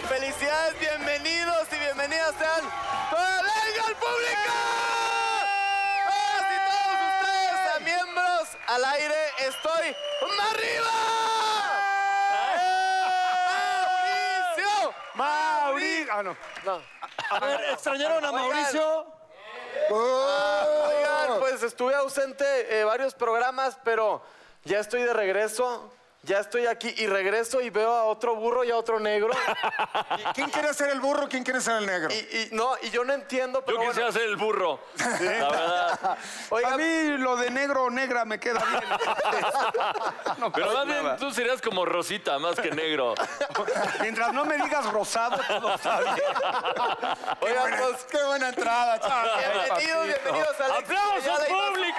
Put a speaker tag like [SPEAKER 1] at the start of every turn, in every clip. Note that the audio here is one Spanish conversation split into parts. [SPEAKER 1] felicidades, bienvenidos y bienvenidas sean. ¡Venga al público! Todas y todos ustedes, a miembros al aire, estoy más arriba. ¡Mauricio!
[SPEAKER 2] Mauricio. Ah, no.
[SPEAKER 3] A ver, ¿extrañaron a
[SPEAKER 1] Oigan.
[SPEAKER 3] Mauricio?
[SPEAKER 2] Eh,
[SPEAKER 1] Oigan, pues estuve ausente eh, varios programas, pero ya estoy de regreso. Ya estoy aquí y regreso y veo a otro burro y a otro negro.
[SPEAKER 2] ¿Quién quiere ser el burro? ¿Quién quiere ser el
[SPEAKER 1] Y,
[SPEAKER 2] negro?
[SPEAKER 1] y- no, y yo no entiendo, pero
[SPEAKER 4] Yo quisiera ser el burro. La verdad.
[SPEAKER 1] Oiga,
[SPEAKER 2] A mí lo de negro o negra me queda bien. pues,
[SPEAKER 4] Pero más bien tú serías como Rosita, más que negro.
[SPEAKER 2] Mientras no me digas rosado, todo está bien.
[SPEAKER 1] oigan, pues,
[SPEAKER 2] Qué buena entrada,
[SPEAKER 1] bienvenidos, bienvenidos a Alexis Ayala
[SPEAKER 4] ¡Aplausos,
[SPEAKER 1] y Paz
[SPEAKER 4] público!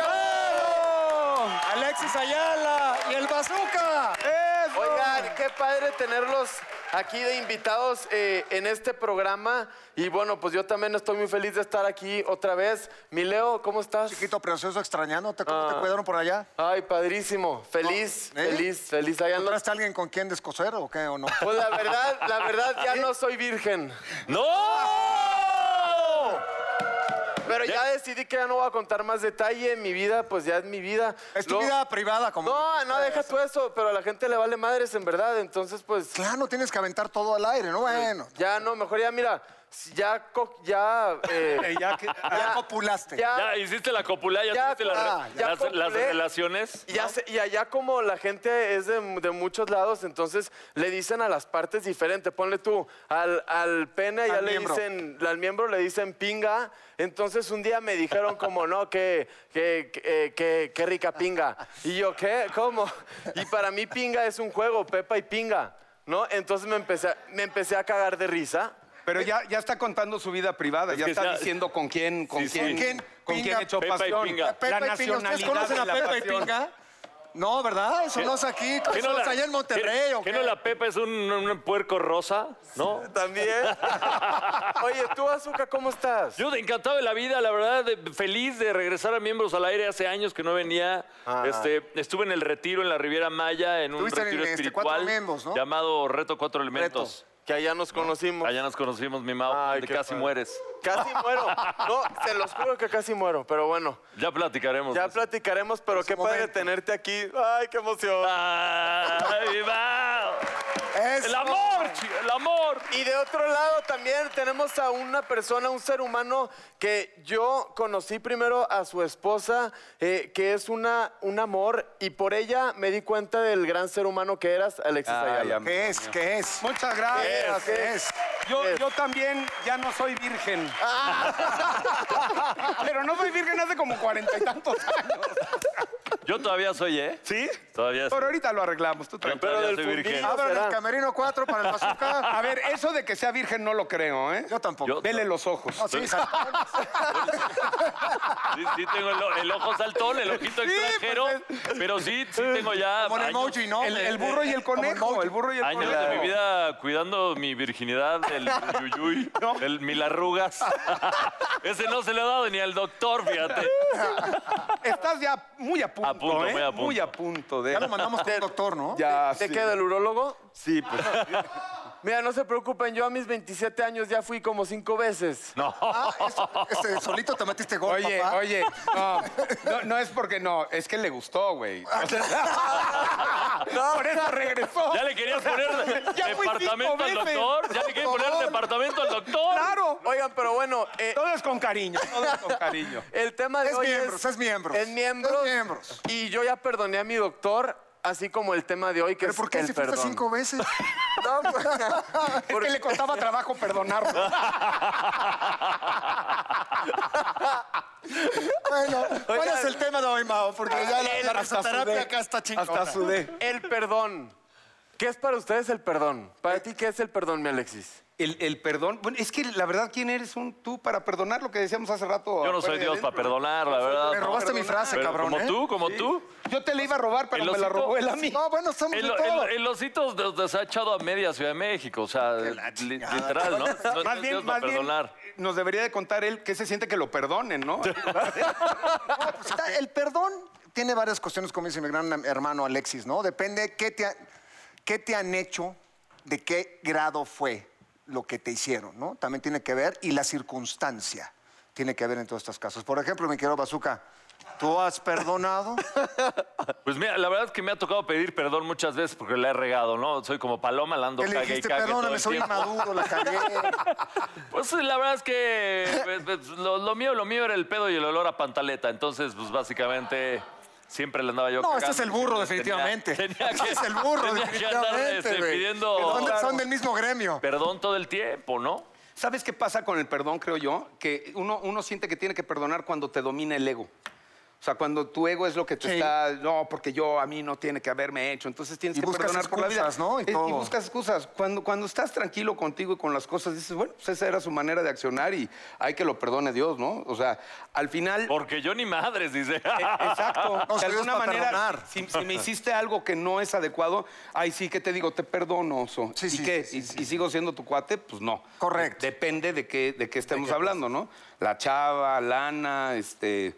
[SPEAKER 3] Alexis Ayala y el Bazooka.
[SPEAKER 2] ¡Eso!
[SPEAKER 1] Oigan, qué padre tenerlos aquí de invitados eh, en este programa. Y bueno, pues yo también estoy muy feliz de estar aquí otra vez. Mi Leo, ¿cómo estás?
[SPEAKER 2] Chiquito precioso extrañándote, ¿cómo te cuidaron por allá?
[SPEAKER 1] Ay, padrísimo. Feliz,
[SPEAKER 2] No, ¿eh?
[SPEAKER 1] feliz, feliz. Ahí ando.
[SPEAKER 2] ¿Encontraste a alguien con quien descoser o qué o no?
[SPEAKER 1] Pues la verdad, la verdad ya no soy virgen.
[SPEAKER 4] ¡No!
[SPEAKER 1] Pero ya decidí que ya no voy a contar más detalle. Mi vida, pues ya es mi vida.
[SPEAKER 2] Es tu
[SPEAKER 1] Lo-
[SPEAKER 2] vida privada, como.
[SPEAKER 1] No, no, deja tú eso. Pero a la gente le vale madres, en verdad. Entonces, pues...
[SPEAKER 2] Claro, tienes que aventar todo al aire, ¿no? Bueno.
[SPEAKER 1] Ya no, mejor ya, mira, si ya, co- ya, eh,
[SPEAKER 5] Este,
[SPEAKER 2] Ya, que,
[SPEAKER 5] ah,
[SPEAKER 2] ya copulaste.
[SPEAKER 1] ya,
[SPEAKER 4] Ya hiciste la copula, ya,
[SPEAKER 1] Ya,
[SPEAKER 4] tuviste la re-
[SPEAKER 1] ah, ya
[SPEAKER 4] las, las
[SPEAKER 1] copulé.
[SPEAKER 4] relaciones.
[SPEAKER 1] y ya se- y allá como la gente es de, de muchos lados, entonces le dicen a las partes diferente. Ponle tú, al, al pene ya
[SPEAKER 2] Al
[SPEAKER 1] le
[SPEAKER 2] miembro.
[SPEAKER 1] dicen, al miembro le dicen pinga. Entonces un día me dijeron como, no, que, que, que, eh, que- que rica pinga. Y yo, ¿qué? ¿Cómo? Y para mí pinga es un juego, Pepa y pinga, ¿no? Entonces me empecé, a- me empecé a cagar de risa.
[SPEAKER 5] Pero ya, ya está contando su vida privada, ya
[SPEAKER 4] que
[SPEAKER 5] está
[SPEAKER 4] sea-
[SPEAKER 5] diciendo con quién, con
[SPEAKER 4] Sí, sí.
[SPEAKER 5] quién,
[SPEAKER 2] ¿Con quién?
[SPEAKER 5] con quién
[SPEAKER 2] Pinga,
[SPEAKER 5] echó
[SPEAKER 4] Pepa y
[SPEAKER 5] pasión.
[SPEAKER 4] Pinga.
[SPEAKER 5] La
[SPEAKER 2] Pepa y Pinga.
[SPEAKER 5] nacionalidad
[SPEAKER 2] ¿Ustedes conocen
[SPEAKER 5] de
[SPEAKER 2] a
[SPEAKER 5] la
[SPEAKER 2] Pepa y
[SPEAKER 5] pasión.
[SPEAKER 2] Pinga? No, ¿verdad? Eso no es aquí. Eso
[SPEAKER 4] no
[SPEAKER 2] es
[SPEAKER 4] la-
[SPEAKER 2] allá en Monterrey,
[SPEAKER 4] ¿Qué-
[SPEAKER 2] ¿o
[SPEAKER 4] qué
[SPEAKER 2] qué?
[SPEAKER 4] no la Pepa es un, un puerco rosa? ¿No?
[SPEAKER 1] También. Oye, tú, Azúcar, ¿cómo estás?
[SPEAKER 4] Yo encantado de la vida, la verdad, de- feliz de regresar a Miembros al Aire. Hace años que no venía. Este, estuve en el retiro en la Riviera Maya, en un
[SPEAKER 2] Ah. Estuviste en
[SPEAKER 4] retiro
[SPEAKER 2] el, este,
[SPEAKER 4] espiritual
[SPEAKER 2] Cuatro Miembros, ¿no?
[SPEAKER 4] llamado Reto Cuatro Elementos.
[SPEAKER 1] Que allá nos conocimos.
[SPEAKER 4] Allá nos conocimos, mi Mao,
[SPEAKER 1] Ay,
[SPEAKER 4] donde
[SPEAKER 1] qué
[SPEAKER 4] casi
[SPEAKER 1] padre.
[SPEAKER 4] mueres.
[SPEAKER 1] Casi muero. No, se los juro que casi muero, pero bueno.
[SPEAKER 4] Ya platicaremos.
[SPEAKER 1] Ya
[SPEAKER 4] de eso.
[SPEAKER 1] platicaremos, pero qué padre
[SPEAKER 2] momento.
[SPEAKER 1] tenerte aquí. Ay, qué emoción.
[SPEAKER 4] Ah. ¡Ay, mi Mao!
[SPEAKER 2] Eso.
[SPEAKER 4] ¡El amor, chi- ¡El amor!
[SPEAKER 1] Y de otro lado también tenemos a una persona, un ser humano que yo conocí primero a su esposa, eh, que es una, un amor, y por ella me di cuenta del gran ser humano que eras, Alexis
[SPEAKER 4] Ah,
[SPEAKER 1] Ayala.
[SPEAKER 2] ¿Qué es? ¿Qué es?
[SPEAKER 5] Muchas
[SPEAKER 1] Yes,
[SPEAKER 5] gracias.
[SPEAKER 1] yes.
[SPEAKER 5] Yo,
[SPEAKER 1] Yes.
[SPEAKER 5] yo también ya no soy virgen.
[SPEAKER 2] Ah.
[SPEAKER 5] Pero no soy virgen hace como cuarenta y tantos años.
[SPEAKER 4] Yo todavía soy, ¿eh?
[SPEAKER 5] ¿Sí?
[SPEAKER 4] Todavía
[SPEAKER 5] Pero
[SPEAKER 4] soy.
[SPEAKER 5] ahora ahorita lo arreglamos, tú
[SPEAKER 4] Yo
[SPEAKER 5] tranquilo.
[SPEAKER 4] todavía
[SPEAKER 1] del
[SPEAKER 4] soy
[SPEAKER 1] fundillo.
[SPEAKER 4] virgen.
[SPEAKER 1] Ah,
[SPEAKER 2] Abran
[SPEAKER 1] será?
[SPEAKER 2] el camerino 4 para el bazooka.
[SPEAKER 5] A ver, eso de que sea virgen no lo creo, ¿eh?
[SPEAKER 2] Yo tampoco.
[SPEAKER 4] Yo-
[SPEAKER 5] Vele los ojos.
[SPEAKER 2] No, sí, saltón.
[SPEAKER 4] Sí, sí tengo el, o- el ojo saltón, el ojito extranjero, pero sí, sí tengo ya
[SPEAKER 2] Como el
[SPEAKER 4] años,
[SPEAKER 2] emoji, ¿no?
[SPEAKER 5] El, el burro y
[SPEAKER 2] eh,
[SPEAKER 5] el conejo, el burro y el
[SPEAKER 4] años
[SPEAKER 5] conejo.
[SPEAKER 4] de mi vida cuidando mi virginidad, el yuyuy, el mil arrugas. Ese no se lo he dado ni al doctor, fíjate.
[SPEAKER 5] Estás ya muy a punto,
[SPEAKER 4] A punto,
[SPEAKER 5] ¿eh?
[SPEAKER 4] muy a punto.
[SPEAKER 5] punto de...
[SPEAKER 2] Ya lo mandamos con el doctor, ¿no?
[SPEAKER 5] Ya,
[SPEAKER 1] ¿Te
[SPEAKER 5] sí.
[SPEAKER 1] queda el urólogo? Sí, pues. Mira, no se preocupen, yo a mis 27 años ya fui como cinco veces.
[SPEAKER 4] No.
[SPEAKER 2] Este, solito te metiste gol,
[SPEAKER 5] Oye,
[SPEAKER 2] papá.
[SPEAKER 5] oye, no, no, no es porque no, es que le gustó, güey.
[SPEAKER 2] Ah,
[SPEAKER 5] O sea, por eso regresó.
[SPEAKER 4] Ya le querías poner
[SPEAKER 5] Ya fui
[SPEAKER 4] departamento
[SPEAKER 5] cinco
[SPEAKER 4] al
[SPEAKER 5] veces.
[SPEAKER 4] doctor. Ya le querías poner departamento al doctor.
[SPEAKER 5] Claro.
[SPEAKER 1] Oigan, pero bueno, eh,
[SPEAKER 5] Todo es con cariño, todo es con cariño.
[SPEAKER 1] el tema de
[SPEAKER 2] Es
[SPEAKER 1] hoy
[SPEAKER 2] miembros,
[SPEAKER 1] es...
[SPEAKER 2] es miembros.
[SPEAKER 1] Es miembros.
[SPEAKER 2] Es miembros.
[SPEAKER 1] Y yo ya perdoné a mi doctor, así como el tema de hoy, que
[SPEAKER 2] ¿Pero
[SPEAKER 1] es
[SPEAKER 2] por qué
[SPEAKER 1] el
[SPEAKER 2] si fuiste
[SPEAKER 1] perdón.
[SPEAKER 2] cinco veces?
[SPEAKER 1] No, pues,
[SPEAKER 5] Es que le costaba trabajo perdonarlo.
[SPEAKER 2] Bueno, ¿cuál
[SPEAKER 1] Oigan.
[SPEAKER 2] es el tema de hoy, Mao? Porque Pues ya
[SPEAKER 5] Eh,
[SPEAKER 2] la, la
[SPEAKER 5] sudé.
[SPEAKER 2] risoterapia acá está chingona.
[SPEAKER 5] Hasta sudé.
[SPEAKER 1] el perdón. ¿Qué es para ustedes el perdón?
[SPEAKER 2] Eh,
[SPEAKER 1] ¿Para ti qué es el perdón, mi Alexis?
[SPEAKER 5] El, el perdón, bueno, es que la verdad, ¿quién eres un tú para perdonar lo que decíamos hace rato?
[SPEAKER 4] Yo no soy
[SPEAKER 5] afuera de
[SPEAKER 4] Dios
[SPEAKER 5] adentro?
[SPEAKER 4] para perdonar, la verdad.
[SPEAKER 2] Me
[SPEAKER 4] no.
[SPEAKER 2] robaste mi frase,
[SPEAKER 4] Pero
[SPEAKER 2] cabrón,
[SPEAKER 4] Como
[SPEAKER 2] ¿eh?
[SPEAKER 4] tú, como tú.
[SPEAKER 5] Yo te la iba a robar, pero
[SPEAKER 4] ¿El
[SPEAKER 5] me la
[SPEAKER 4] osito?
[SPEAKER 5] robó él a mí.
[SPEAKER 2] No, bueno, estamos
[SPEAKER 4] El,
[SPEAKER 2] de todo.
[SPEAKER 4] el, el osito de- de- se ha echado a media Ciudad de México, o sea, li- literal, ¿no? No- no
[SPEAKER 5] Más
[SPEAKER 4] es
[SPEAKER 5] bien,
[SPEAKER 4] Dios para
[SPEAKER 5] más bien,
[SPEAKER 4] perdonar.
[SPEAKER 5] eh, nos debería de contar él que se siente que lo perdonen, ¿no?
[SPEAKER 2] Pues está- el perdón tiene varias cuestiones, como dice mi gran am- hermano Alexis, ¿no? Depende qué te, ha- qué te han hecho, de qué grado fue. lo que te hicieron, ¿no? También tiene que ver y la circunstancia tiene que ver en todos estos casos. Por ejemplo, mi querido Bazooka, ¿tú has perdonado?
[SPEAKER 4] Pues mira, la verdad es que me ha tocado pedir perdón muchas veces porque la he regado, ¿no? Soy como paloma, la ando
[SPEAKER 2] ¿Qué le
[SPEAKER 4] cague y
[SPEAKER 2] dijiste?
[SPEAKER 4] cague todo
[SPEAKER 2] Perdóname,
[SPEAKER 4] el
[SPEAKER 2] soy
[SPEAKER 4] tiempo.
[SPEAKER 2] inmaduro, la cagué. este
[SPEAKER 4] Pues la verdad es que pues, pues, lo, lo mío, lo mío era el pedo y el olor a pantaleta. Entonces, pues básicamente siempre le andaba yo.
[SPEAKER 2] No, este
[SPEAKER 4] cagando.
[SPEAKER 2] es el burro,
[SPEAKER 4] Tenía-
[SPEAKER 2] definitivamente.
[SPEAKER 4] tenía
[SPEAKER 2] Este
[SPEAKER 4] que-
[SPEAKER 2] es el burro,
[SPEAKER 4] tenía que andar,
[SPEAKER 2] definitivamente,
[SPEAKER 4] este,
[SPEAKER 2] güey.
[SPEAKER 4] pidiendo
[SPEAKER 2] Son de- Son del mismo gremio.
[SPEAKER 4] perdón todo el tiempo, ¿no?
[SPEAKER 5] ¿Sabes qué pasa con el perdón, creo yo? Que uno, uno siente que tiene que perdonar cuando te domina el ego. O sea, cuando tu ego es lo que te está, no, porque yo a mí no tiene que haberme hecho, entonces tienes
[SPEAKER 2] Y
[SPEAKER 5] que
[SPEAKER 2] buscas
[SPEAKER 5] perdonar por la vida.
[SPEAKER 2] excusas, ¿no? Y
[SPEAKER 5] Eh, Y,
[SPEAKER 2] todo.
[SPEAKER 5] buscas excusas. Cuando, cuando estás tranquilo contigo y con las cosas, dices, bueno, pues esa era su manera de accionar y hay que lo perdone Dios, ¿no? O sea, al final.
[SPEAKER 4] Porque yo ni madres, dice.
[SPEAKER 5] Eh, Exacto.
[SPEAKER 2] No, si
[SPEAKER 5] de
[SPEAKER 2] Dios
[SPEAKER 5] alguna
[SPEAKER 2] para
[SPEAKER 5] manera,
[SPEAKER 2] perdonar.
[SPEAKER 5] si, si me hiciste algo que no es adecuado, ahí sí que te digo, te perdono, oso.
[SPEAKER 2] Sí,
[SPEAKER 5] ¿Y
[SPEAKER 2] sí,
[SPEAKER 5] qué?
[SPEAKER 2] sí,
[SPEAKER 5] ¿Y, y sigo siendo tu cuate? Pues no.
[SPEAKER 2] Correcto.
[SPEAKER 5] Depende de qué, de qué estemos hablando, ¿no? La chava, Lana, este,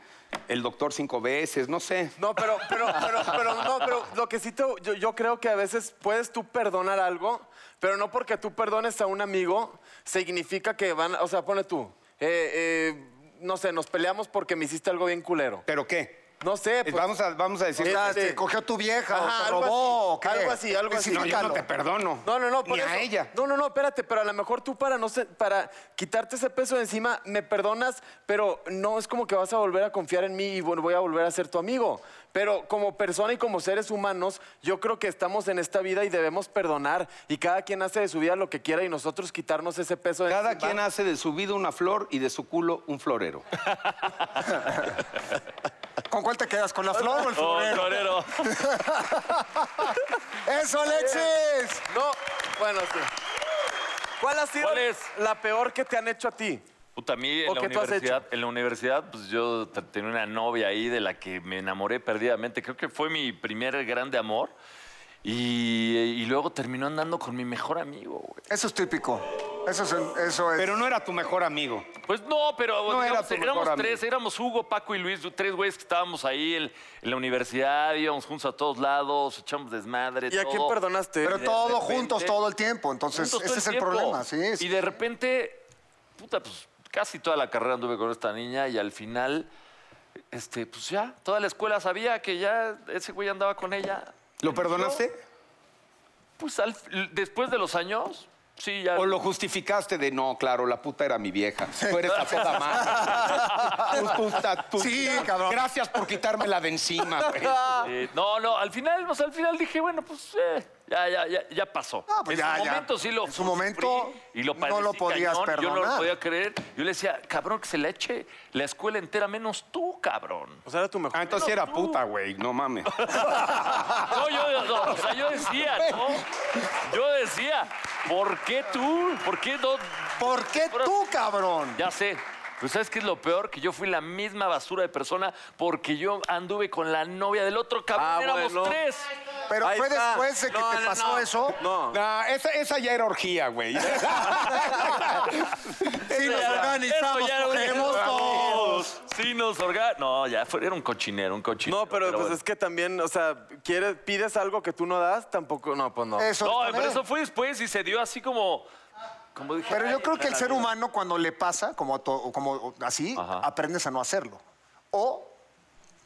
[SPEAKER 5] el doctor cinco veces, no sé.
[SPEAKER 1] No, pero, pero, pero, pero, no, pero lo que sí te- yo, yo creo que a veces puedes tú perdonar algo, pero no porque tú perdones a un amigo, significa que van, o sea, pone tú, eh, eh, no sé, nos peleamos porque me hiciste algo bien culero.
[SPEAKER 5] ¿Pero qué?
[SPEAKER 1] No
[SPEAKER 2] Eh,
[SPEAKER 1] sé, pues,
[SPEAKER 5] Eh, vamos, a, vamos a decir...
[SPEAKER 1] Eh,
[SPEAKER 2] Ya,
[SPEAKER 1] este-
[SPEAKER 2] te cogió tu vieja,
[SPEAKER 1] Ajá,
[SPEAKER 2] o te
[SPEAKER 1] algo
[SPEAKER 2] robó,
[SPEAKER 1] así,
[SPEAKER 2] o qué.
[SPEAKER 1] algo así, algo así.
[SPEAKER 5] no, yo no
[SPEAKER 2] Especifícalo.
[SPEAKER 5] te perdono.
[SPEAKER 1] No, no, no, por
[SPEAKER 2] pues,
[SPEAKER 5] Ni a
[SPEAKER 1] eso.
[SPEAKER 5] ella.
[SPEAKER 1] No, no, no, espérate, pero a lo mejor tú para no sé, para quitarte ese peso de encima, me perdonas, pero no es como que vas a volver a confiar en mí y vol- voy a volver a ser tu amigo. Pero como persona y como seres humanos, yo creo que estamos en esta vida y debemos perdonar y cada quien hace de su vida lo que quiera y nosotros quitarnos ese peso de
[SPEAKER 5] Cada
[SPEAKER 1] encima.
[SPEAKER 5] quien hace de su vida una flor y de su culo un florero.
[SPEAKER 2] Pues, ¿Con cuál te quedas? ¿Con la flor o el
[SPEAKER 4] Oh,
[SPEAKER 2] florero?
[SPEAKER 4] florero.
[SPEAKER 2] ¡Eso, Alexis!
[SPEAKER 1] No, bueno, sí. ¿Cuál ha sido
[SPEAKER 4] ¿Cuál es?
[SPEAKER 1] la peor que te han hecho a ti?
[SPEAKER 4] Puta, a mí
[SPEAKER 1] ¿O
[SPEAKER 4] en la,
[SPEAKER 1] qué tú has
[SPEAKER 4] universidad, en la universidad, pues yo te- tenía una novia ahí de la que me enamoré perdidamente. Creo que fue mi primer grande amor. Y, y luego terminó andando con mi mejor amigo, güey.
[SPEAKER 2] Eso es típico. Eso es. Eso es.
[SPEAKER 5] Pero no era tu mejor amigo.
[SPEAKER 4] Pues no, pero
[SPEAKER 5] No era
[SPEAKER 4] digamos,
[SPEAKER 5] tu mejor
[SPEAKER 4] éramos
[SPEAKER 5] amigo.
[SPEAKER 4] tres, éramos Hugo, Paco y Luis, tres güeyes que estábamos ahí en, en la universidad, íbamos juntos a todos lados, echamos desmadre.
[SPEAKER 1] ¿Y a quién
[SPEAKER 4] todo.
[SPEAKER 1] perdonaste?
[SPEAKER 2] Pero
[SPEAKER 4] de
[SPEAKER 2] todo
[SPEAKER 4] repente-
[SPEAKER 2] juntos todo el tiempo. Entonces,
[SPEAKER 4] Juntos todo
[SPEAKER 2] ese es el
[SPEAKER 4] tiempo.
[SPEAKER 2] problema, sí. sí.
[SPEAKER 4] Y de repente, puta, pues casi toda la carrera anduve con esta niña y al final, este, pues ya, toda la escuela sabía que ya ese güey andaba con ella.
[SPEAKER 5] ¿Lo perdonaste?
[SPEAKER 4] Pues al- después de los años, sí, ya.
[SPEAKER 5] O lo justificaste de no, claro, la puta era mi vieja. Tú eres la puta madre. Tú, tú, ta- tú-
[SPEAKER 2] Sí, cabrón.
[SPEAKER 5] Gracias por quitármela de encima, güey.
[SPEAKER 4] Eh, no, no, al final, o sea, al final dije, bueno, pues eh, ya, ya, ya, ya pasó.
[SPEAKER 2] No, pues
[SPEAKER 4] en
[SPEAKER 2] ya,
[SPEAKER 4] su
[SPEAKER 2] ya.
[SPEAKER 4] momento sí lo
[SPEAKER 2] En su momento
[SPEAKER 4] sufrí y lo
[SPEAKER 2] no
[SPEAKER 4] padecí
[SPEAKER 2] lo podías
[SPEAKER 4] cañón, Yo no lo
[SPEAKER 2] perdonar.
[SPEAKER 4] podía creer. Yo le decía, cabrón, que se le eche la escuela entera menos tú, cabrón.
[SPEAKER 1] O sea, era tu mejor.
[SPEAKER 5] Ah, entonces sí era puta, güey. No mames.
[SPEAKER 4] No, yo, no, o sea, yo decía, ¿no? Yo decía, ¿por qué tú? ¿Por qué no?
[SPEAKER 2] ¿Por qué
[SPEAKER 4] Ahora-
[SPEAKER 2] tú, cabrón?
[SPEAKER 4] Ya sé. Pero ¿sabes qué es lo peor? Que yo fui la misma basura de persona porque yo anduve con la novia del otro cabrón.
[SPEAKER 1] Ah,
[SPEAKER 4] Éramos
[SPEAKER 1] bueno.
[SPEAKER 4] tres.
[SPEAKER 2] Pero
[SPEAKER 1] Ahí
[SPEAKER 2] fue
[SPEAKER 1] está.
[SPEAKER 2] después de que
[SPEAKER 1] No,
[SPEAKER 2] te
[SPEAKER 1] no,
[SPEAKER 2] pasó
[SPEAKER 1] no.
[SPEAKER 2] eso.
[SPEAKER 1] No.
[SPEAKER 5] Nah, esa, esa ya era orgía, güey.
[SPEAKER 2] Sí, nos
[SPEAKER 4] Eso ya-
[SPEAKER 2] organizamos,
[SPEAKER 4] eso ya era un-
[SPEAKER 2] cogemos todos.
[SPEAKER 4] Sí, nos orga... No, ya fue, era un cochinero, un cochinero.
[SPEAKER 1] No, pero, pues
[SPEAKER 4] bueno.
[SPEAKER 1] es que también, o sea, quieres, pides algo que tú no das, tampoco, no, pues no.
[SPEAKER 2] Eso
[SPEAKER 4] No,
[SPEAKER 2] también.
[SPEAKER 4] pero eso fue después y se dio así como... como dije,
[SPEAKER 2] Pero
[SPEAKER 4] ay,
[SPEAKER 2] yo creo que el
[SPEAKER 4] la
[SPEAKER 2] ser
[SPEAKER 4] vida.
[SPEAKER 2] humano, cuando le pasa, como, a to- o como o así,
[SPEAKER 4] Ajá.
[SPEAKER 2] aprendes a no hacerlo. O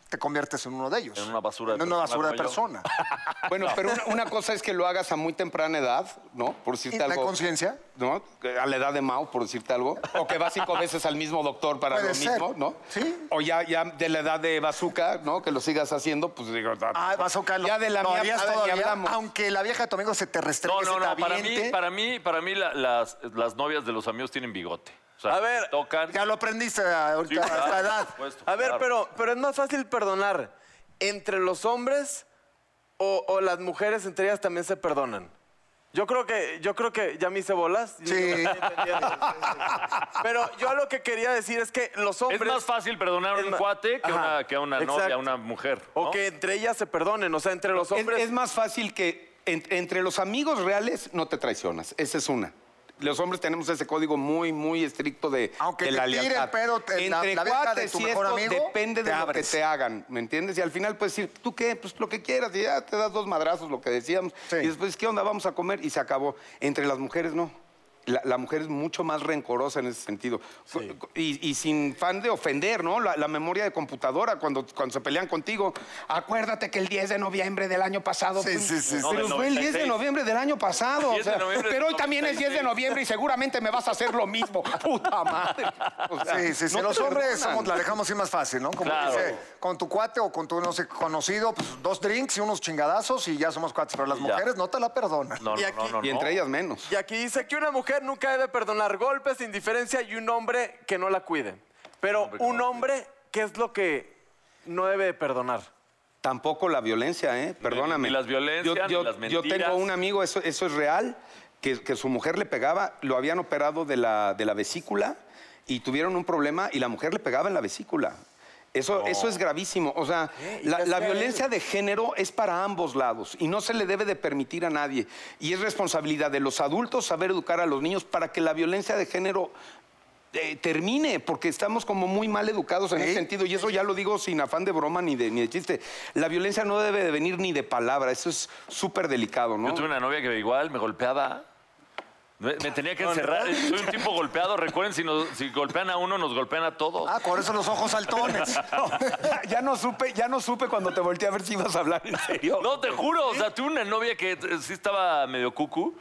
[SPEAKER 2] te conviertes en uno de ellos.
[SPEAKER 4] En una basura de
[SPEAKER 2] En una basura
[SPEAKER 4] persona
[SPEAKER 2] de
[SPEAKER 4] como
[SPEAKER 2] persona.
[SPEAKER 4] yo.
[SPEAKER 5] Bueno, pero una, una cosa es que lo hagas a muy temprana edad, ¿no? Por
[SPEAKER 2] ¿Y
[SPEAKER 5] decirte
[SPEAKER 2] la
[SPEAKER 5] algo.
[SPEAKER 2] conciencia?
[SPEAKER 5] ¿No? A la edad de Mao, por decirte algo. O que vas cinco veces al mismo doctor para
[SPEAKER 2] Puede
[SPEAKER 5] lo
[SPEAKER 2] ser.
[SPEAKER 5] mismo, ¿no?
[SPEAKER 2] Sí.
[SPEAKER 5] O ya, ya de la edad de Bazooka, ¿no? Que lo sigas haciendo, pues digo.
[SPEAKER 2] Ah, vas a
[SPEAKER 5] Ya de la
[SPEAKER 2] ¿Lo
[SPEAKER 5] mía,
[SPEAKER 2] harías
[SPEAKER 5] ni
[SPEAKER 2] todavía? Ah,
[SPEAKER 5] hablamos.
[SPEAKER 2] Aunque la vieja de tu amigo se te restregue,
[SPEAKER 4] No, no,
[SPEAKER 2] se te
[SPEAKER 4] no. Para mí,
[SPEAKER 2] aviente,
[SPEAKER 4] para mí, para mí la- las, las novias de los amigos tienen bigote. O sea,
[SPEAKER 1] A
[SPEAKER 4] se
[SPEAKER 1] ver,
[SPEAKER 4] tocan.
[SPEAKER 2] Ya lo aprendiste ahorita
[SPEAKER 4] Sí,
[SPEAKER 2] a
[SPEAKER 4] claro,
[SPEAKER 2] esta edad.
[SPEAKER 4] por supuesto,
[SPEAKER 1] A ver,
[SPEAKER 4] claro.
[SPEAKER 1] pero, pero es más fácil perdonar entre los hombres o, o las mujeres entre ellas también se perdonan. Yo creo que, yo creo que ya me hice bolas.
[SPEAKER 2] Sí.
[SPEAKER 1] Pero yo lo que quería decir es que los
[SPEAKER 4] Es
[SPEAKER 1] hombres.
[SPEAKER 4] más fácil perdonar a
[SPEAKER 1] Es
[SPEAKER 4] un
[SPEAKER 1] ma-
[SPEAKER 4] cuate que,
[SPEAKER 1] Ajá,
[SPEAKER 4] una, que a una novia,
[SPEAKER 1] exacto.
[SPEAKER 4] a una mujer.
[SPEAKER 1] O
[SPEAKER 4] ¿no?
[SPEAKER 1] que entre ellas se perdonen. O sea, entre los
[SPEAKER 5] Es-
[SPEAKER 1] hombres.
[SPEAKER 5] Es, más fácil que en- entre los amigos reales no te traicionas. Esa es una. Los hombres tenemos ese código muy, muy estricto de,
[SPEAKER 2] Aunque
[SPEAKER 5] de
[SPEAKER 2] te
[SPEAKER 5] la
[SPEAKER 2] tire el
[SPEAKER 5] lealtad.
[SPEAKER 2] pedo, te- la-
[SPEAKER 5] entre
[SPEAKER 2] la vieja de
[SPEAKER 5] cuates
[SPEAKER 2] tu
[SPEAKER 5] y
[SPEAKER 2] mejor
[SPEAKER 5] esto
[SPEAKER 2] amigo, te
[SPEAKER 5] depende de lo que
[SPEAKER 2] abres.
[SPEAKER 5] te hagan, ¿me entiendes? Y al final puedes decir, ¿tú qué? Pues lo que quieras. Y ya te das dos madrazos, lo que decíamos.
[SPEAKER 2] Sí.
[SPEAKER 5] Y después, ¿qué onda? Vamos a comer. Y se acabó. Entre las mujeres, no. la, la mujer es mucho más rencorosa en ese sentido. Y, y sin fan de ofender, ¿no? La, la memoria de computadora, cuando, cuando se pelean contigo. Acuérdate que el 10 de noviembre del año pasado.
[SPEAKER 2] Sí,
[SPEAKER 5] fue-
[SPEAKER 2] sí, sí, sí.
[SPEAKER 5] Pero
[SPEAKER 4] No, del
[SPEAKER 5] fue el 10 de
[SPEAKER 4] 96.
[SPEAKER 5] noviembre del año pasado. o
[SPEAKER 4] 10 de
[SPEAKER 5] sea,
[SPEAKER 4] noviembre del
[SPEAKER 5] pero hoy también es 10
[SPEAKER 4] 96.
[SPEAKER 5] de noviembre y seguramente me vas a hacer lo mismo. Puta madre. O sea,
[SPEAKER 2] Sí, sí, sí.
[SPEAKER 5] no
[SPEAKER 2] Los
[SPEAKER 5] te
[SPEAKER 2] hombres
[SPEAKER 5] perdonan.
[SPEAKER 2] somos- la dejamos así más fácil, ¿no? Como
[SPEAKER 4] Claro.
[SPEAKER 2] dice, con tu cuate o con tu no sé, conocido, pues dos drinks y unos chingadazos y ya somos cuates. Pero las
[SPEAKER 4] Y ya.
[SPEAKER 2] mujeres no te la perdonan.
[SPEAKER 4] No,
[SPEAKER 1] Y
[SPEAKER 4] no,
[SPEAKER 1] aquí-
[SPEAKER 4] no, no,
[SPEAKER 5] Y
[SPEAKER 4] no.
[SPEAKER 5] entre ellas menos.
[SPEAKER 1] Y aquí dice que una mujer nunca debe perdonar golpes, indiferencia y un hombre que no la cuide. Pero un hombre, ¿qué es lo que no debe de perdonar?
[SPEAKER 5] Tampoco la violencia, ¿eh? Perdóname.
[SPEAKER 4] ni las violencias,
[SPEAKER 5] yo, yo-
[SPEAKER 4] ni las
[SPEAKER 5] Yo tengo
[SPEAKER 4] mentiras.
[SPEAKER 5] un amigo, eso, eso es real, que, que su mujer le pegaba, lo habían operado de la, de la vesícula y tuvieron un problema y la mujer le pegaba en la vesícula.
[SPEAKER 4] Oh.
[SPEAKER 5] Eso, eso es gravísimo. O sea, la, la violencia de género es para ambos lados y no se le debe de permitir a nadie. Y es responsabilidad de los adultos saber educar a los niños para que la violencia de género eh, termine, porque estamos como muy mal educados en ese sentido, y eso ya lo digo sin afán de broma ni de, ni de chiste. La violencia no debe de venir ni de palabra, eso es súper delicado, ¿no?
[SPEAKER 4] Yo tuve una novia que igual me golpeaba. Me, me tenía que encerrar. Soy un tipo golpeado. Recuerden, si, nos- si golpean a uno, nos golpean a todos.
[SPEAKER 2] Ah, por eso los ojos saltones.
[SPEAKER 3] ya no supe, ya no supe cuando te volteé a ver si ibas a hablar en serio.
[SPEAKER 4] No, te juro. O sea, tuve una novia que eh, sí estaba medio cucu.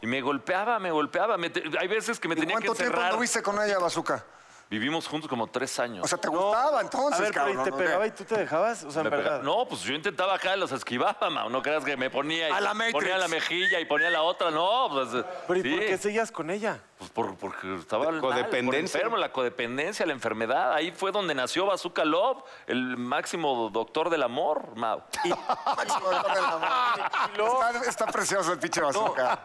[SPEAKER 4] Y me golpeaba, me golpeaba. me te- hay veces que me
[SPEAKER 2] ¿Y
[SPEAKER 4] tenía que
[SPEAKER 2] cuánto tiempo
[SPEAKER 4] encerrar.
[SPEAKER 2] anduviste con ella, Bazooka?
[SPEAKER 4] Vivimos juntos como tres años.
[SPEAKER 2] O sea, ¿te gustaba entonces,
[SPEAKER 1] A ver, pero ¿y
[SPEAKER 2] cabrón?
[SPEAKER 1] te
[SPEAKER 2] ¿no?
[SPEAKER 1] pegaba y tú te dejabas? O sea, en
[SPEAKER 4] Me pega-
[SPEAKER 1] verdad.
[SPEAKER 4] No, pues yo intentaba acá, los esquivaba, ma. No creas que me ponía y
[SPEAKER 2] A la Matrix.
[SPEAKER 4] ponía la mejilla y ponía la otra. No, pues.
[SPEAKER 1] ¿Pero y
[SPEAKER 4] sí.
[SPEAKER 1] por qué seguías con ella?
[SPEAKER 4] Pues por- porque estaba mal, por
[SPEAKER 5] codependencia.
[SPEAKER 4] enfermo, la codependencia, la enfermedad. Ahí fue donde nació Bazooka Love, el máximo doctor del amor, Mau.
[SPEAKER 2] Máximo, dame la mano. Está, está precioso el pinche Bazooka.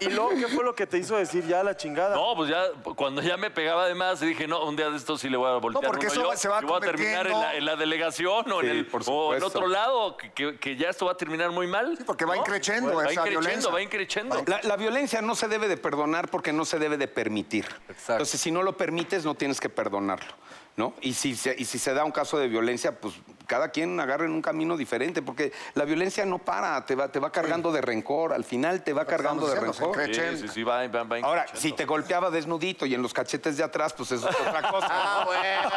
[SPEAKER 1] ¿Y luego qué fue lo que te hizo decir ya la chingada?
[SPEAKER 4] No, pues ya, cuando ya me pegaba de más, dije, no, un día de esto sí le voy a voltear
[SPEAKER 2] No, porque
[SPEAKER 4] uno
[SPEAKER 2] eso
[SPEAKER 4] yo,
[SPEAKER 2] va- se va
[SPEAKER 4] y voy a terminar en la,
[SPEAKER 2] convirtiendo-
[SPEAKER 4] en la delegación o, en
[SPEAKER 5] Sí,
[SPEAKER 4] el,
[SPEAKER 5] por
[SPEAKER 4] o en
[SPEAKER 5] supuesto.
[SPEAKER 4] otro lado, que, que- que ya esto va a terminar muy mal. Pues,
[SPEAKER 2] Sí, porque va increciendo
[SPEAKER 4] Va
[SPEAKER 2] esa
[SPEAKER 4] increciendo,
[SPEAKER 2] violencia.
[SPEAKER 4] va increciendo.
[SPEAKER 5] La, la violencia no se debe de perdonar porque no se debe de permitir.
[SPEAKER 4] Exacto.
[SPEAKER 5] Entonces, si no lo permites, no tienes que perdonarlo, ¿no? Y si, se, y si se da un caso de violencia, pues cada quien agarre en un camino diferente, porque la violencia no para, te va, te va cargando de rencor, al final te va cargando de
[SPEAKER 2] diciendo, se
[SPEAKER 5] rencor.
[SPEAKER 2] cree
[SPEAKER 4] Sí, sí, sí, va, va- va
[SPEAKER 5] Ahora,
[SPEAKER 4] increciendo.
[SPEAKER 5] si te golpeaba desnudito y en los cachetes de atrás, pues eso es otra cosa.
[SPEAKER 1] Ah, bueno.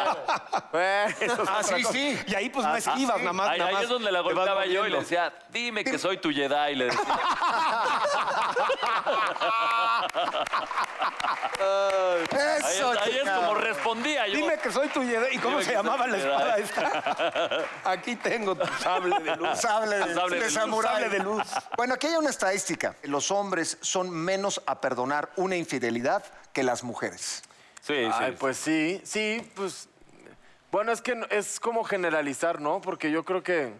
[SPEAKER 1] bueno.
[SPEAKER 4] ah,
[SPEAKER 5] Así sí. Y ahí pues no esquivas, nada más.
[SPEAKER 4] Ahí,
[SPEAKER 5] nada
[SPEAKER 4] ahí
[SPEAKER 5] más
[SPEAKER 4] es donde la
[SPEAKER 5] te vas
[SPEAKER 4] golpeaba yo y
[SPEAKER 5] moviendo.
[SPEAKER 4] le decía, dime que soy tu Jedi. Y le decía, ahí,
[SPEAKER 2] Eso,
[SPEAKER 4] es- ahí es
[SPEAKER 2] chica.
[SPEAKER 4] como respondía yo.
[SPEAKER 5] Dime que soy tu Jedi. ¿Y cómo
[SPEAKER 4] Dime
[SPEAKER 5] se
[SPEAKER 4] que soy
[SPEAKER 5] llamaba
[SPEAKER 4] tu
[SPEAKER 5] la
[SPEAKER 4] Jedi.
[SPEAKER 5] espada esta? Aquí tengo tu sable de luz.
[SPEAKER 2] Sable de,
[SPEAKER 4] Sable
[SPEAKER 2] de
[SPEAKER 4] de luz,
[SPEAKER 2] samurái.
[SPEAKER 5] sable de luz.
[SPEAKER 2] Bueno, aquí hay una estadística. Los hombres son menos a perdonar una infidelidad que las mujeres.
[SPEAKER 4] Sí, sí.
[SPEAKER 1] Ay, pues sí, sí, pues. Bueno, es que no- es como generalizar, ¿no? Porque yo creo que.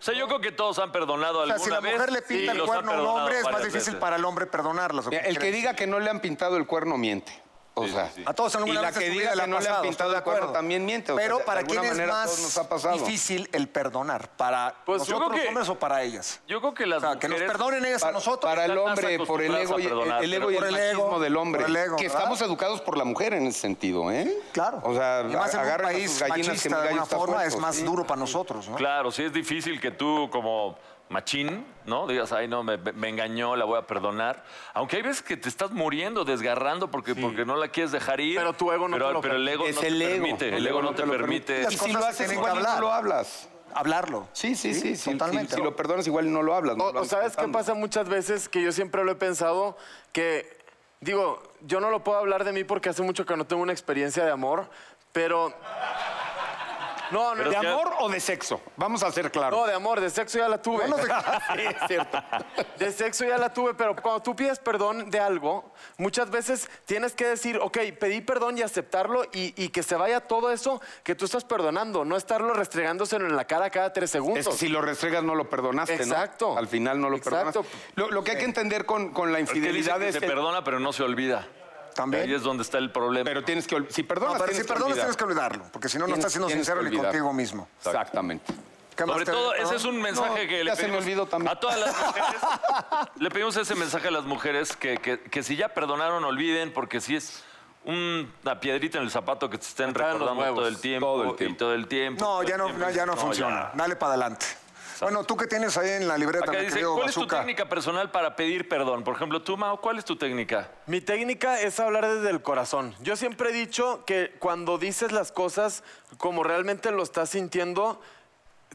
[SPEAKER 4] O sea, yo creo que todos han perdonado
[SPEAKER 2] O sea, si
[SPEAKER 4] alguna
[SPEAKER 2] la
[SPEAKER 4] vez.
[SPEAKER 2] mujer le
[SPEAKER 4] sí,
[SPEAKER 2] pinta el
[SPEAKER 4] los han
[SPEAKER 2] cuerno a un
[SPEAKER 4] perdonado
[SPEAKER 2] hombre, es más
[SPEAKER 4] varias
[SPEAKER 2] difícil
[SPEAKER 4] veces.
[SPEAKER 2] para el hombre perdonarlas. ¿o
[SPEAKER 5] Mira,
[SPEAKER 2] qué
[SPEAKER 5] El que
[SPEAKER 2] creen?
[SPEAKER 5] diga que no le han pintado el cuerno miente. O sea,
[SPEAKER 2] A todos en
[SPEAKER 5] y
[SPEAKER 2] alguna
[SPEAKER 5] la
[SPEAKER 2] vez de
[SPEAKER 5] que
[SPEAKER 2] su
[SPEAKER 5] diga
[SPEAKER 2] vida
[SPEAKER 5] que no le han
[SPEAKER 2] pasado, estoy
[SPEAKER 5] pintado
[SPEAKER 2] de
[SPEAKER 5] el cuerno
[SPEAKER 2] acuerdo.
[SPEAKER 5] también miente. o sea,
[SPEAKER 2] Pero
[SPEAKER 5] de
[SPEAKER 2] para
[SPEAKER 5] alguna
[SPEAKER 2] quién es
[SPEAKER 5] manera a todos nos ha
[SPEAKER 2] más
[SPEAKER 5] pasado.
[SPEAKER 2] difícil el perdonar, para
[SPEAKER 4] Pues yo
[SPEAKER 2] nosotros
[SPEAKER 4] creo
[SPEAKER 2] los
[SPEAKER 4] que-
[SPEAKER 2] hombres o para ellas.
[SPEAKER 4] Yo creo que
[SPEAKER 2] O
[SPEAKER 4] las
[SPEAKER 2] sea, que nos
[SPEAKER 4] mujeres-
[SPEAKER 2] perdonen ellas a
[SPEAKER 5] Para,
[SPEAKER 2] nosotros.
[SPEAKER 5] para el
[SPEAKER 4] Están más
[SPEAKER 5] hombre, por el ego, y-
[SPEAKER 4] acostumbradas a
[SPEAKER 5] el ego y
[SPEAKER 4] perdonar,
[SPEAKER 5] el
[SPEAKER 2] pero- Por el ego,
[SPEAKER 5] machismo del hombre.
[SPEAKER 2] por el ego,
[SPEAKER 5] que
[SPEAKER 2] ¿verdad?
[SPEAKER 5] estamos educados por la mujer en ese sentido, ¿eh?
[SPEAKER 2] Claro.
[SPEAKER 5] O sea,
[SPEAKER 2] y más en un
[SPEAKER 5] agarren a
[SPEAKER 2] país
[SPEAKER 5] sus gallinas que
[SPEAKER 2] machista
[SPEAKER 5] mi
[SPEAKER 2] de
[SPEAKER 5] gallo
[SPEAKER 2] alguna
[SPEAKER 5] está
[SPEAKER 2] forma
[SPEAKER 5] suelto,
[SPEAKER 2] es más
[SPEAKER 5] ¿sí?
[SPEAKER 2] duro para nosotros, ¿no?
[SPEAKER 4] Claro, sí es difícil que tú como machín, ¿no? Digas, ay, no, me, me engañó, la voy a perdonar. Aunque hay veces que te estás muriendo, desgarrando porque, porque no la quieres dejar ir.
[SPEAKER 1] Pero tu ego no
[SPEAKER 4] pero,
[SPEAKER 1] te lo
[SPEAKER 4] pero el ego
[SPEAKER 5] Es
[SPEAKER 4] no te
[SPEAKER 5] el ego.
[SPEAKER 4] permite. El ego no te
[SPEAKER 5] lo
[SPEAKER 4] permite.
[SPEAKER 2] Las
[SPEAKER 5] Y si
[SPEAKER 2] cosas
[SPEAKER 5] lo haces
[SPEAKER 2] tienen que
[SPEAKER 5] igual y
[SPEAKER 2] hablar.
[SPEAKER 5] no lo hablas.
[SPEAKER 2] Hablarlo.
[SPEAKER 5] Sí, sí, sí. sí,
[SPEAKER 2] totalmente.
[SPEAKER 5] Si, si lo perdonas igual y no lo hablas. no
[SPEAKER 1] O,
[SPEAKER 5] lo
[SPEAKER 1] o
[SPEAKER 5] andas
[SPEAKER 1] sabes qué
[SPEAKER 5] contando.
[SPEAKER 1] pasa muchas veces que yo siempre lo he pensado que digo, yo no lo puedo hablar de mí porque hace mucho que no tengo una experiencia de amor, pero No, no,
[SPEAKER 4] Pero
[SPEAKER 5] ¿De
[SPEAKER 1] de,
[SPEAKER 4] ya-
[SPEAKER 5] amor o de sexo? Vamos a ser claros.
[SPEAKER 1] no, de amor, de sexo ya la tuve.
[SPEAKER 5] Sí, es cierto.
[SPEAKER 1] De sexo ya la tuve, pero cuando tú pides perdón de algo, muchas veces tienes que decir, ok, pedí perdón y aceptarlo y, y que se vaya todo eso que tú estás perdonando, no estarlo restregándoselo en la cara cada tres segundos.
[SPEAKER 5] Es que si lo restregas no lo perdonaste, ¿no?
[SPEAKER 1] Exacto.
[SPEAKER 5] Al final no lo
[SPEAKER 1] Exacto.
[SPEAKER 5] perdonaste. Lo, lo que hay
[SPEAKER 2] Eh.
[SPEAKER 5] que entender con, con la
[SPEAKER 4] Es que dice
[SPEAKER 5] infidelidad
[SPEAKER 4] que
[SPEAKER 5] es
[SPEAKER 4] se
[SPEAKER 5] que-
[SPEAKER 4] perdona, pero no se olvida.
[SPEAKER 2] También.
[SPEAKER 4] Ahí es donde está el problema.
[SPEAKER 5] Pero tienes que... ol- Si perdonas,
[SPEAKER 2] No, pero si
[SPEAKER 5] tienes que
[SPEAKER 2] perdonas
[SPEAKER 5] olvidar.
[SPEAKER 2] tienes que olvidarlo, porque si no, no
[SPEAKER 5] Tienes-
[SPEAKER 2] estás siendo
[SPEAKER 5] tienes que
[SPEAKER 2] sincero ni
[SPEAKER 5] olvidar.
[SPEAKER 2] contigo mismo.
[SPEAKER 5] Exactamente.
[SPEAKER 2] ¿Qué más
[SPEAKER 4] Sobre
[SPEAKER 2] te-
[SPEAKER 4] todo,
[SPEAKER 2] perdón?
[SPEAKER 4] ese es un mensaje
[SPEAKER 5] No,
[SPEAKER 4] que le
[SPEAKER 5] ya se me
[SPEAKER 4] pedimos
[SPEAKER 5] olvidó también.
[SPEAKER 4] a todas las mujeres. le pedimos ese mensaje a las mujeres que, que- que si ya perdonaron, olviden, porque si es un- una piedrita en el zapato que te estén
[SPEAKER 1] Acá en los
[SPEAKER 4] recordando
[SPEAKER 1] huevos.
[SPEAKER 4] todo el tiempo.
[SPEAKER 5] Todo el
[SPEAKER 4] y
[SPEAKER 5] tiempo.
[SPEAKER 4] todo el tiempo,
[SPEAKER 2] No,
[SPEAKER 4] todo
[SPEAKER 2] ya
[SPEAKER 4] el
[SPEAKER 2] no,
[SPEAKER 4] tiempo.
[SPEAKER 2] ya no funciona.
[SPEAKER 4] ya.
[SPEAKER 2] Dale para adelante. Bueno, tú que tienes ahí en la libreta,
[SPEAKER 4] Acá
[SPEAKER 2] mi
[SPEAKER 4] dice,
[SPEAKER 2] querido
[SPEAKER 4] ¿cuál es tu
[SPEAKER 2] Bazooka?
[SPEAKER 4] técnica personal para pedir perdón? Por ejemplo, tú, Mao, ¿cuál es tu técnica?
[SPEAKER 1] Mi técnica es hablar desde el corazón. Yo siempre he dicho que cuando dices las cosas como realmente lo estás sintiendo,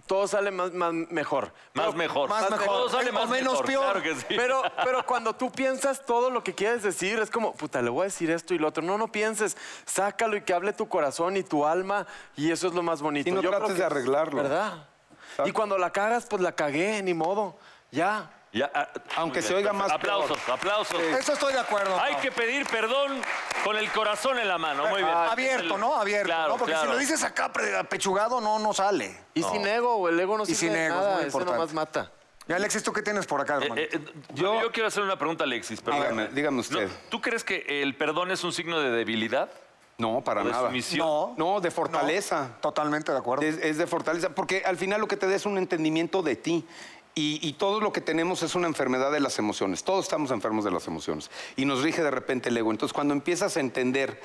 [SPEAKER 1] todo sale más, más- mejor.
[SPEAKER 4] Más
[SPEAKER 1] Pero-
[SPEAKER 4] mejor.
[SPEAKER 2] más mejor.
[SPEAKER 4] Todo sale
[SPEAKER 2] O
[SPEAKER 4] más
[SPEAKER 2] menos
[SPEAKER 4] mejor,
[SPEAKER 2] peor.
[SPEAKER 4] Claro que sí.
[SPEAKER 1] Pero, pero cuando tú piensas todo lo que quieres decir, es como, puta, le voy a decir esto y lo otro. No, no pienses, sácalo y que hable tu corazón y tu alma, y eso es lo más bonito.
[SPEAKER 3] Y no
[SPEAKER 1] Yo creo
[SPEAKER 3] trates
[SPEAKER 1] que-
[SPEAKER 3] de arreglarlo.
[SPEAKER 1] ¿Verdad? Y cuando la cagas, pues la cagué, ni modo. Ya.
[SPEAKER 4] Ya, ah,
[SPEAKER 3] Aunque
[SPEAKER 4] muy
[SPEAKER 3] se
[SPEAKER 4] bien,
[SPEAKER 3] oiga más
[SPEAKER 4] Aplausos, aplausos.
[SPEAKER 2] Eso estoy de acuerdo.
[SPEAKER 4] Hay
[SPEAKER 2] Pau.
[SPEAKER 4] que pedir perdón con el corazón en la mano. Muy bien.
[SPEAKER 2] Ah, Abierto, ¿no? Abierto.
[SPEAKER 4] Claro,
[SPEAKER 2] ¿no? Porque
[SPEAKER 4] claro.
[SPEAKER 2] si lo dices acá pre- pechugado, no, no sale.
[SPEAKER 1] Y sin ego, el ego no sirve
[SPEAKER 2] sin
[SPEAKER 1] de
[SPEAKER 2] ego, es
[SPEAKER 1] nada,
[SPEAKER 2] muy
[SPEAKER 1] ese
[SPEAKER 2] importante.
[SPEAKER 1] nomás mata.
[SPEAKER 2] Y Alexis, ¿tú qué tienes por acá,
[SPEAKER 4] Eh,
[SPEAKER 2] hermano?
[SPEAKER 4] eh, eh, yo...
[SPEAKER 3] Yo-
[SPEAKER 4] quiero hacer una pregunta, Alexis.
[SPEAKER 3] Dígame,
[SPEAKER 4] perdóname.
[SPEAKER 3] dígame usted.
[SPEAKER 4] No, ¿Tú crees que el perdón es un signo de debilidad?
[SPEAKER 3] No, para
[SPEAKER 4] ¿O de
[SPEAKER 3] nada.
[SPEAKER 4] sumisión?
[SPEAKER 3] No, de fortaleza.
[SPEAKER 2] Totalmente de acuerdo.
[SPEAKER 3] Es, es de fortaleza, porque al final lo que te da es un entendimiento de ti. Y, y todo lo que tenemos es una enfermedad de las emociones. Todos estamos enfermos de las emociones. Y nos rige de repente el ego. Entonces, cuando empiezas a entender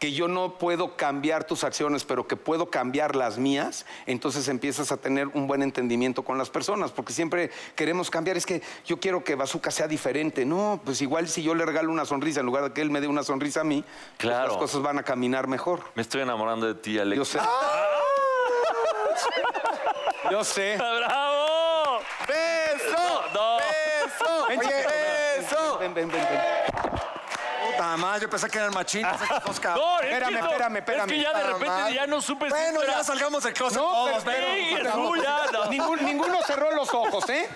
[SPEAKER 3] que yo no puedo cambiar tus acciones, pero que puedo cambiar las mías, entonces empiezas a tener un buen entendimiento con las personas, porque siempre queremos cambiar. Es que yo quiero que Bazooka sea diferente. No, pues igual si yo le regalo una sonrisa en lugar de que él me dé una sonrisa a mí, pues
[SPEAKER 4] Claro.
[SPEAKER 3] las cosas van a caminar mejor.
[SPEAKER 4] Me estoy enamorando de ti,
[SPEAKER 3] Yo
[SPEAKER 4] Alexis.
[SPEAKER 3] sé. Yo sé.
[SPEAKER 4] ¡Bravo!
[SPEAKER 1] ¡Beso!
[SPEAKER 4] No.
[SPEAKER 1] ¡Beso!
[SPEAKER 3] chiquito,
[SPEAKER 1] ¡Beso!
[SPEAKER 3] Ven, ven, ven, ven.
[SPEAKER 2] Puta madre, yo pensé que eran machitos estos dos cabrones.
[SPEAKER 4] No, es
[SPEAKER 3] Espérame,
[SPEAKER 4] que no,
[SPEAKER 3] espérame,
[SPEAKER 4] Es
[SPEAKER 3] espérame.
[SPEAKER 4] que ya de
[SPEAKER 2] Puta
[SPEAKER 4] repente
[SPEAKER 2] madre.
[SPEAKER 4] ya no supe si
[SPEAKER 2] Bueno,
[SPEAKER 4] esto
[SPEAKER 2] ya
[SPEAKER 4] era-
[SPEAKER 2] salgamos del closet
[SPEAKER 3] No,
[SPEAKER 2] todos,
[SPEAKER 3] pero-
[SPEAKER 2] pero-
[SPEAKER 4] Sí, Jesús, ya, no.
[SPEAKER 3] Ningún- ninguno cerró los ojos, ¿eh?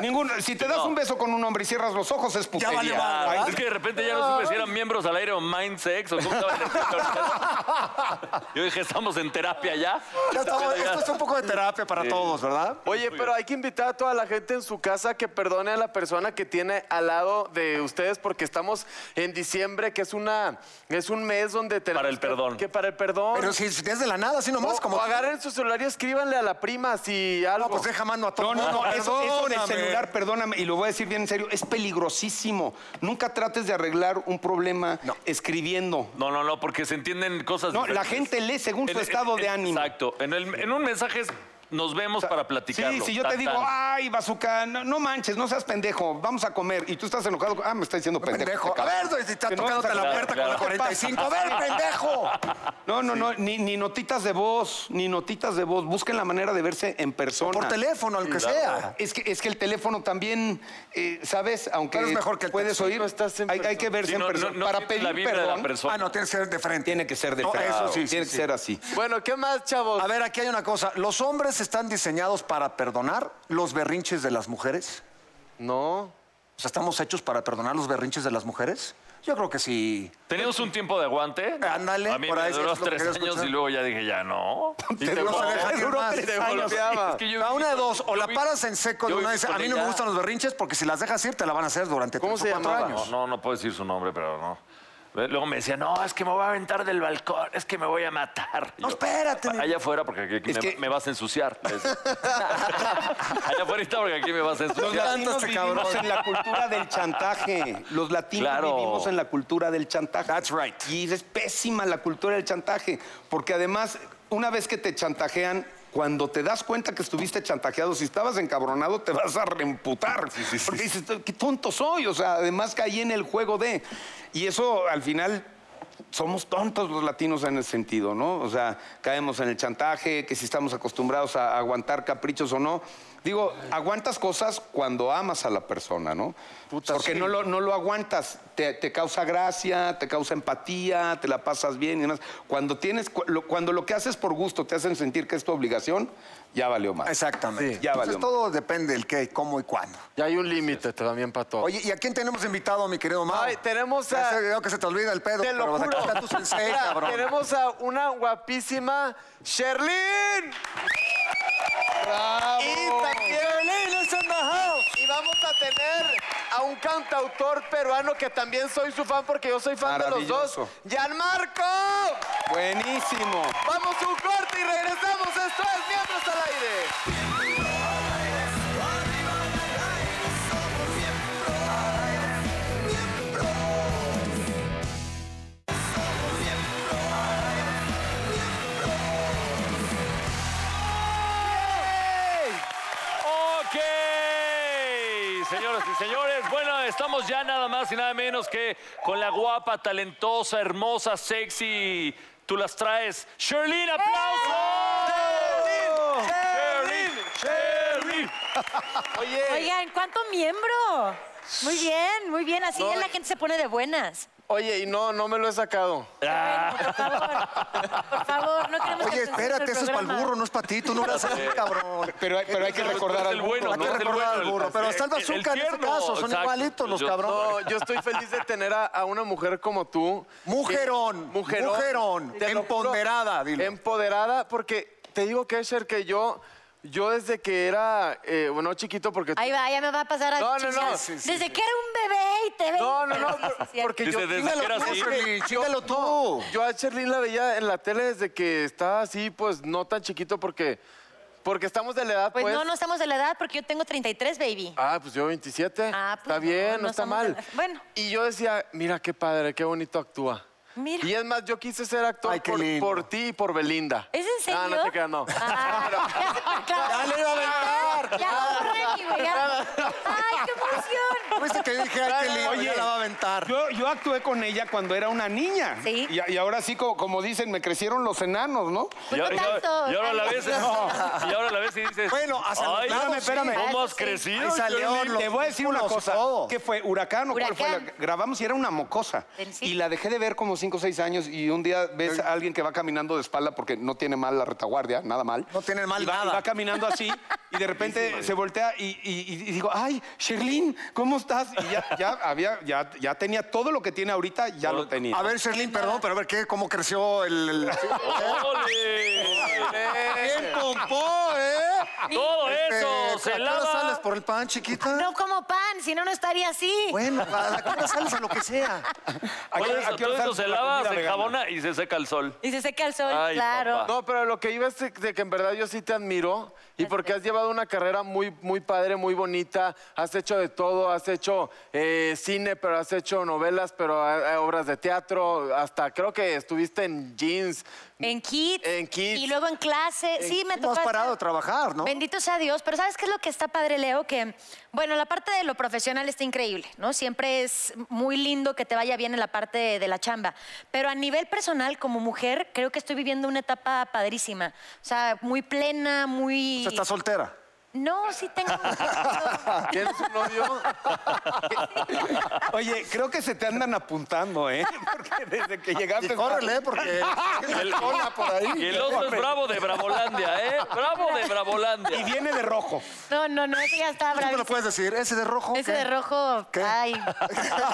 [SPEAKER 3] Ninguno. Si te das un beso con un hombre y cierras los ojos, es putería.
[SPEAKER 2] vale madre,
[SPEAKER 3] Ay,
[SPEAKER 2] ¿verdad?
[SPEAKER 4] Es que de repente ya no supe si eran miembros al aire o mindsex o cómo estaban el ejemplo ahorita. Yo dije, estamos en terapia ya.
[SPEAKER 2] Ya estamos-
[SPEAKER 4] Pero ya-
[SPEAKER 2] esto es un poco de terapia para todos, ¿verdad?
[SPEAKER 1] Oye, pero hay que invitar a toda la gente en su casa que perdone a la persona que tiene al lado de ustedes porque estamos en diciembre, que es una es un mes donde tenemos
[SPEAKER 4] Para el
[SPEAKER 1] que-
[SPEAKER 4] perdón.
[SPEAKER 1] Que para el perdón.
[SPEAKER 2] Pero si si es de la nada, así nomás,
[SPEAKER 1] o,
[SPEAKER 2] como...
[SPEAKER 1] o agarren su celular y escríbanle a la prima si algo.
[SPEAKER 2] No, pues deja mano a todo.
[SPEAKER 3] No, no, no, eso, eso del
[SPEAKER 2] perdóname.
[SPEAKER 3] celular, perdóname, y lo voy a decir bien en serio, es peligrosísimo. Nunca trates de arreglar un problema escribiendo.
[SPEAKER 4] No, no, no, porque se entienden cosas.
[SPEAKER 3] No, la
[SPEAKER 4] diferentes.
[SPEAKER 3] gente lee según su
[SPEAKER 4] En-
[SPEAKER 3] estado
[SPEAKER 4] en-
[SPEAKER 3] de ánimo.
[SPEAKER 4] Exacto. En, el- en un mensaje es, nos vemos para platicarlo.
[SPEAKER 3] Sí, si yo
[SPEAKER 4] Tan,
[SPEAKER 3] te digo, ah,
[SPEAKER 4] tan.
[SPEAKER 3] ay, bazooka, no, no manches, no seas pendejo, vamos a comer, y tú estás enojado, ah, me está diciendo pendejo.
[SPEAKER 2] Pendejo.
[SPEAKER 3] este
[SPEAKER 2] A
[SPEAKER 3] cabrón.
[SPEAKER 2] ver, si está
[SPEAKER 3] Que no,
[SPEAKER 2] tocándote la
[SPEAKER 3] claro,
[SPEAKER 2] puerta
[SPEAKER 4] claro.
[SPEAKER 2] con la 45. A ver, pendejo.
[SPEAKER 3] No, no, no, ni, ni notitas de voz, ni notitas de voz. Busquen la manera de verse en persona.
[SPEAKER 2] Por teléfono, al que sea.
[SPEAKER 3] Es que, es que el teléfono también, eh, ¿sabes? Aunque
[SPEAKER 2] Pero es mejor que el
[SPEAKER 3] puedes
[SPEAKER 2] texto.
[SPEAKER 3] oír,
[SPEAKER 1] No estás en
[SPEAKER 3] hay, hay que
[SPEAKER 1] persona.
[SPEAKER 4] Sí,
[SPEAKER 3] verse
[SPEAKER 4] no,
[SPEAKER 3] en persona.
[SPEAKER 4] no, no
[SPEAKER 3] Para
[SPEAKER 4] sientes
[SPEAKER 3] pedir
[SPEAKER 4] la vibra de la
[SPEAKER 3] perdón,
[SPEAKER 4] persona.
[SPEAKER 2] Ah, no, tiene que ser de frente.
[SPEAKER 3] tiene que ser de
[SPEAKER 2] No,
[SPEAKER 3] frente.
[SPEAKER 2] eso sí, sí,
[SPEAKER 3] Tiene
[SPEAKER 2] sí.
[SPEAKER 3] que ser así.
[SPEAKER 1] Bueno, ¿qué más, chavos?
[SPEAKER 2] A ver, aquí hay una cosa. ¿Los hombres están diseñados para perdonar los berrinches de las mujeres?
[SPEAKER 1] No.
[SPEAKER 2] O sea, ¿estamos hechos para perdonar los berrinches de las mujeres? Yo creo que sí.
[SPEAKER 4] Teníamos un tiempo de aguante.
[SPEAKER 2] Ándale,
[SPEAKER 4] A mí
[SPEAKER 2] por
[SPEAKER 4] me
[SPEAKER 2] ahí,
[SPEAKER 4] duró
[SPEAKER 2] es lo que
[SPEAKER 4] tres
[SPEAKER 2] quería
[SPEAKER 4] años
[SPEAKER 2] escuchar.
[SPEAKER 4] y luego ya dije, ya no. Y
[SPEAKER 2] Pero no se
[SPEAKER 4] volteaba.
[SPEAKER 2] deja que
[SPEAKER 3] duró
[SPEAKER 2] más.
[SPEAKER 3] tres
[SPEAKER 2] O
[SPEAKER 3] años.
[SPEAKER 1] golpeaba.
[SPEAKER 4] Es que yo
[SPEAKER 2] sea,
[SPEAKER 4] viví
[SPEAKER 2] una de
[SPEAKER 4] con-
[SPEAKER 2] dos, o
[SPEAKER 4] yo
[SPEAKER 2] la
[SPEAKER 4] viví-
[SPEAKER 2] paras en seco de
[SPEAKER 4] yo
[SPEAKER 2] una
[SPEAKER 4] viví
[SPEAKER 2] vez.
[SPEAKER 4] con
[SPEAKER 2] A mí no me
[SPEAKER 4] ella.
[SPEAKER 2] gustan los berrinches porque si las dejas ir te la van a hacer durante
[SPEAKER 1] ¿Cómo
[SPEAKER 2] tres o
[SPEAKER 1] se
[SPEAKER 2] cuatro
[SPEAKER 1] llamaba?
[SPEAKER 2] años.
[SPEAKER 4] No, no puedo decir su nombre, pero no. Luego me decía, no, es que me voy a aventar del balcón, es que me voy a matar.
[SPEAKER 2] No,
[SPEAKER 4] Yo,
[SPEAKER 2] espérate, mi-
[SPEAKER 4] Allá afuera, porque aquí
[SPEAKER 3] Es
[SPEAKER 4] me,
[SPEAKER 3] que-
[SPEAKER 4] me vas a ensuciar. le decía. allá afuera, porque aquí me vas a
[SPEAKER 3] Los
[SPEAKER 4] ensuciar.
[SPEAKER 3] latinos
[SPEAKER 2] este
[SPEAKER 3] vivimos
[SPEAKER 2] cabrón.
[SPEAKER 3] en la cultura del chantaje. Los latinos
[SPEAKER 4] Claro.
[SPEAKER 3] vivimos en la cultura del chantaje.
[SPEAKER 2] That's right.
[SPEAKER 3] Y es pésima la cultura del chantaje, porque además, una vez que te chantajean, cuando te das cuenta que estuviste chantajeado, si estabas encabronado, te vas a reemputar. Porque dices, qué tonto soy. O sea, además caí en el juego de. Y eso al final somos tontos los latinos en ese sentido, ¿no? O sea, caemos en el chantaje, que si estamos acostumbrados a aguantar caprichos o no. Digo, aguantas cosas cuando amas a la persona, ¿no? Porque no, lo, no lo aguantas, te, te causa gracia, te causa empatía, te la pasas bien y demás. Cuando, tienes, cu- lo- cuando lo que haces por gusto te hacen sentir que es tu obligación, ya valió más.
[SPEAKER 2] Exactamente.
[SPEAKER 3] Sí. Ya valió.
[SPEAKER 2] Entonces, todo depende del qué, cómo y cuándo.
[SPEAKER 1] Ya hay un límite también para todo.
[SPEAKER 2] Oye, ¿y a quién tenemos invitado, mi querido Mau?
[SPEAKER 1] Ay, tenemos
[SPEAKER 2] Ya
[SPEAKER 1] a-
[SPEAKER 2] sé, veo que se te olvida el pedo,
[SPEAKER 1] Te lo
[SPEAKER 2] pero
[SPEAKER 1] juro.
[SPEAKER 2] acá está tu sensei,
[SPEAKER 1] Mira,
[SPEAKER 2] cabrón.
[SPEAKER 1] Tenemos a una guapísima Sherlyn. Y también Y vamos a tener a un cantautor peruano que también soy su fan porque yo soy fan de los dos.
[SPEAKER 3] Maravilloso.
[SPEAKER 1] ¡Gianmarco!
[SPEAKER 3] Buenísimo.
[SPEAKER 1] Vamos a un corte y regresamos. Esto es Miembros al Aire.
[SPEAKER 4] Estamos ya nada más y nada menos que con la guapa, talentosa, hermosa, sexy. Tú las traes. Sherlyn, aplauso. Sherlyn, Sherlyn.
[SPEAKER 6] Oigan, ¿cuánto miembro? Muy bien, muy bien. Así
[SPEAKER 1] eh.
[SPEAKER 6] ya la gente se pone de buenas.
[SPEAKER 1] Oye, y no, no me lo he sacado.
[SPEAKER 6] Bueno, por favor, por favor, no queremos que
[SPEAKER 2] Oye,
[SPEAKER 6] se censure el
[SPEAKER 2] espérate, eso es para el
[SPEAKER 6] programa.
[SPEAKER 2] burro, no es para ti, tú no eres así, cabrón.
[SPEAKER 5] Pero, hay- pero hay que recordar
[SPEAKER 4] Es el
[SPEAKER 5] al burro.
[SPEAKER 4] bueno,
[SPEAKER 2] Hay
[SPEAKER 4] ¿no?
[SPEAKER 2] que
[SPEAKER 4] Es el
[SPEAKER 2] recordar
[SPEAKER 4] bueno,
[SPEAKER 2] al burro, pero está el bazooka en este
[SPEAKER 4] tierno,
[SPEAKER 2] caso, son
[SPEAKER 4] exacto.
[SPEAKER 2] igualitos los
[SPEAKER 4] Yo-
[SPEAKER 2] cabrones.
[SPEAKER 1] No,
[SPEAKER 4] no,
[SPEAKER 1] yo estoy feliz de tener a, a una mujer como tú.
[SPEAKER 2] Mujerón,
[SPEAKER 1] Que-
[SPEAKER 2] mujerón,
[SPEAKER 1] Te lo juro.
[SPEAKER 2] empoderada, dilo.
[SPEAKER 1] Empoderada, porque te digo, Kesher, que yo, yo desde que era, eh, bueno, chiquito, porque...
[SPEAKER 6] Ahí va, ya me va a pasar a
[SPEAKER 1] No, no, no.
[SPEAKER 6] chingar.
[SPEAKER 1] Sí,
[SPEAKER 6] Desde que era un bebé y te ve.
[SPEAKER 1] No, no, no,
[SPEAKER 6] Sí,
[SPEAKER 1] por-
[SPEAKER 6] sí, sí.
[SPEAKER 1] porque yo...
[SPEAKER 4] Dice, desde
[SPEAKER 1] Dímelo
[SPEAKER 4] que era
[SPEAKER 1] tú,
[SPEAKER 4] así.
[SPEAKER 1] Shirley, yo-
[SPEAKER 2] Dímelo Pues, tú.
[SPEAKER 1] Yo a Sherlyn la veía en la tele desde que estaba así, pues no tan chiquito, porque, porque estamos de la edad,
[SPEAKER 6] Pues,
[SPEAKER 1] pues.
[SPEAKER 6] no, no estamos de la edad porque yo tengo 33, baby.
[SPEAKER 1] Ah, pues yo 27.
[SPEAKER 6] Ah, pues
[SPEAKER 1] está
[SPEAKER 6] no,
[SPEAKER 1] bien, no,
[SPEAKER 6] no
[SPEAKER 1] está
[SPEAKER 6] somos
[SPEAKER 1] mal.
[SPEAKER 6] de la- bueno.
[SPEAKER 1] Y yo decía, mira qué padre, qué bonito actúa.
[SPEAKER 6] Mira.
[SPEAKER 1] Y es más, yo quise ser actor
[SPEAKER 2] Ay, qué
[SPEAKER 1] por,
[SPEAKER 2] lindo.
[SPEAKER 1] por ti y por Belinda.
[SPEAKER 6] ¿Es en serio?
[SPEAKER 1] Ah, no te creas, no. Ah.
[SPEAKER 6] Ah, ya,
[SPEAKER 2] Ya
[SPEAKER 6] se- claro.
[SPEAKER 2] le iba a aventar,
[SPEAKER 6] Ya
[SPEAKER 2] claro.
[SPEAKER 6] lo borré, güey, ya. ¡Ay, qué emoción!
[SPEAKER 1] Pues,
[SPEAKER 2] ¿Viste que dije, ay, qué lindo,
[SPEAKER 5] Oye.
[SPEAKER 2] ya la va a aventar?
[SPEAKER 5] Yo, yo actué con ella cuando era una niña.
[SPEAKER 6] Sí.
[SPEAKER 5] Y, a- y ahora sí, como, como dicen, me crecieron los enanos, ¿no?
[SPEAKER 6] Pues
[SPEAKER 4] y,
[SPEAKER 6] no
[SPEAKER 4] ahora- y
[SPEAKER 6] tanto.
[SPEAKER 4] ahora- y ahora la
[SPEAKER 6] Ay,
[SPEAKER 4] ves,
[SPEAKER 6] no.
[SPEAKER 4] y ahora la ves y dices.
[SPEAKER 2] Bueno, hasta los
[SPEAKER 4] "Ay,
[SPEAKER 2] lados,
[SPEAKER 5] espérame,
[SPEAKER 2] sí.
[SPEAKER 6] espérame.
[SPEAKER 4] ¿Cómo has
[SPEAKER 6] Eso sí.
[SPEAKER 4] crecido?
[SPEAKER 2] Ahí salieron
[SPEAKER 4] Shirley?"
[SPEAKER 2] los
[SPEAKER 5] Te voy a decir una
[SPEAKER 2] músculos y
[SPEAKER 5] cosa.
[SPEAKER 2] todo.
[SPEAKER 5] ¿Qué fue? ¿Huracán o cuál fue?
[SPEAKER 6] Huracán.
[SPEAKER 5] La- Grabamos y era una mocosa.
[SPEAKER 6] Del sí.
[SPEAKER 5] Y la dejé de ver como 5 o 6 años y un día ves a alguien que va caminando de espalda porque no tiene mal la retaguardia, nada mal.
[SPEAKER 2] No tiene mal
[SPEAKER 5] Y va, y
[SPEAKER 2] nada.
[SPEAKER 5] va caminando así y de repente se voltea y, y- y digo, ay, Sherlyn, ¿cómo estás? Y ya, ya había, ya, ya tenía todo lo que tiene ahorita, ya lo tenía.
[SPEAKER 2] A ver, Sherlyn, perdón, pero a ver, ¿qué, ¿cómo creció el...? el-
[SPEAKER 4] ¡Ole!
[SPEAKER 2] Bien pompó, ¿eh?
[SPEAKER 4] Todo
[SPEAKER 2] Eh,
[SPEAKER 4] eso
[SPEAKER 2] ¿a
[SPEAKER 4] se
[SPEAKER 2] qué hora sales
[SPEAKER 4] lava.
[SPEAKER 2] por el pan, chiquita?
[SPEAKER 6] No como pan, si no, no estaría así.
[SPEAKER 2] Bueno, ¿a a qué hora sales a lo que sea?
[SPEAKER 5] ¿A qué-
[SPEAKER 4] Todo
[SPEAKER 5] a
[SPEAKER 4] eso,
[SPEAKER 5] qué hora
[SPEAKER 4] todo eso
[SPEAKER 5] sales
[SPEAKER 4] se
[SPEAKER 5] con la
[SPEAKER 4] lava,
[SPEAKER 5] comida
[SPEAKER 4] se
[SPEAKER 5] vegana?
[SPEAKER 4] jabona y se seca el sol.
[SPEAKER 6] Y se seca el sol,
[SPEAKER 4] Ay,
[SPEAKER 6] claro.
[SPEAKER 4] papá.
[SPEAKER 1] No, pero lo que iba es de- de que en verdad yo sí te admiro y porque has llevado una carrera muy, muy padre, muy bonita, has hecho de todo, has hecho eh, cine, pero has hecho novelas, pero ha- ha- obras de teatro, hasta creo que estuviste en jeans.
[SPEAKER 6] En kit.
[SPEAKER 1] En Kids.
[SPEAKER 6] Y luego en clase. sí, me
[SPEAKER 2] No
[SPEAKER 6] tocó.
[SPEAKER 2] has parado de
[SPEAKER 6] estar-
[SPEAKER 2] trabajar, ¿no?
[SPEAKER 6] Bendito sea Dios, pero ¿sabes qué es lo que está padre, Leo? Que, bueno, la parte de lo profesional está increíble, ¿no? Siempre es muy lindo que te vaya bien en la parte de la chamba, pero a nivel personal, como mujer, creo que estoy viviendo una etapa padrísima, o sea, muy plena, muy...
[SPEAKER 2] O sea, estás soltera.
[SPEAKER 6] No, sí tengo...
[SPEAKER 1] ¿Tienes un novio?
[SPEAKER 5] Oye, creo que se te andan apuntando, ¿eh? Porque desde que
[SPEAKER 2] Y
[SPEAKER 5] llegaste...
[SPEAKER 2] córrele, porque...
[SPEAKER 4] El- Y el oso es bravo de Bravolandia, ¿eh? Bravo de Bravolandia.
[SPEAKER 5] Y viene de rojo.
[SPEAKER 6] No, no, no, eso ya está
[SPEAKER 2] ¿Tú me lo
[SPEAKER 6] bravísimo.
[SPEAKER 2] puedes decir? ¿Ese de rojo?
[SPEAKER 6] Ese
[SPEAKER 2] qué?
[SPEAKER 6] de rojo,
[SPEAKER 2] ¿Qué?
[SPEAKER 6] ay.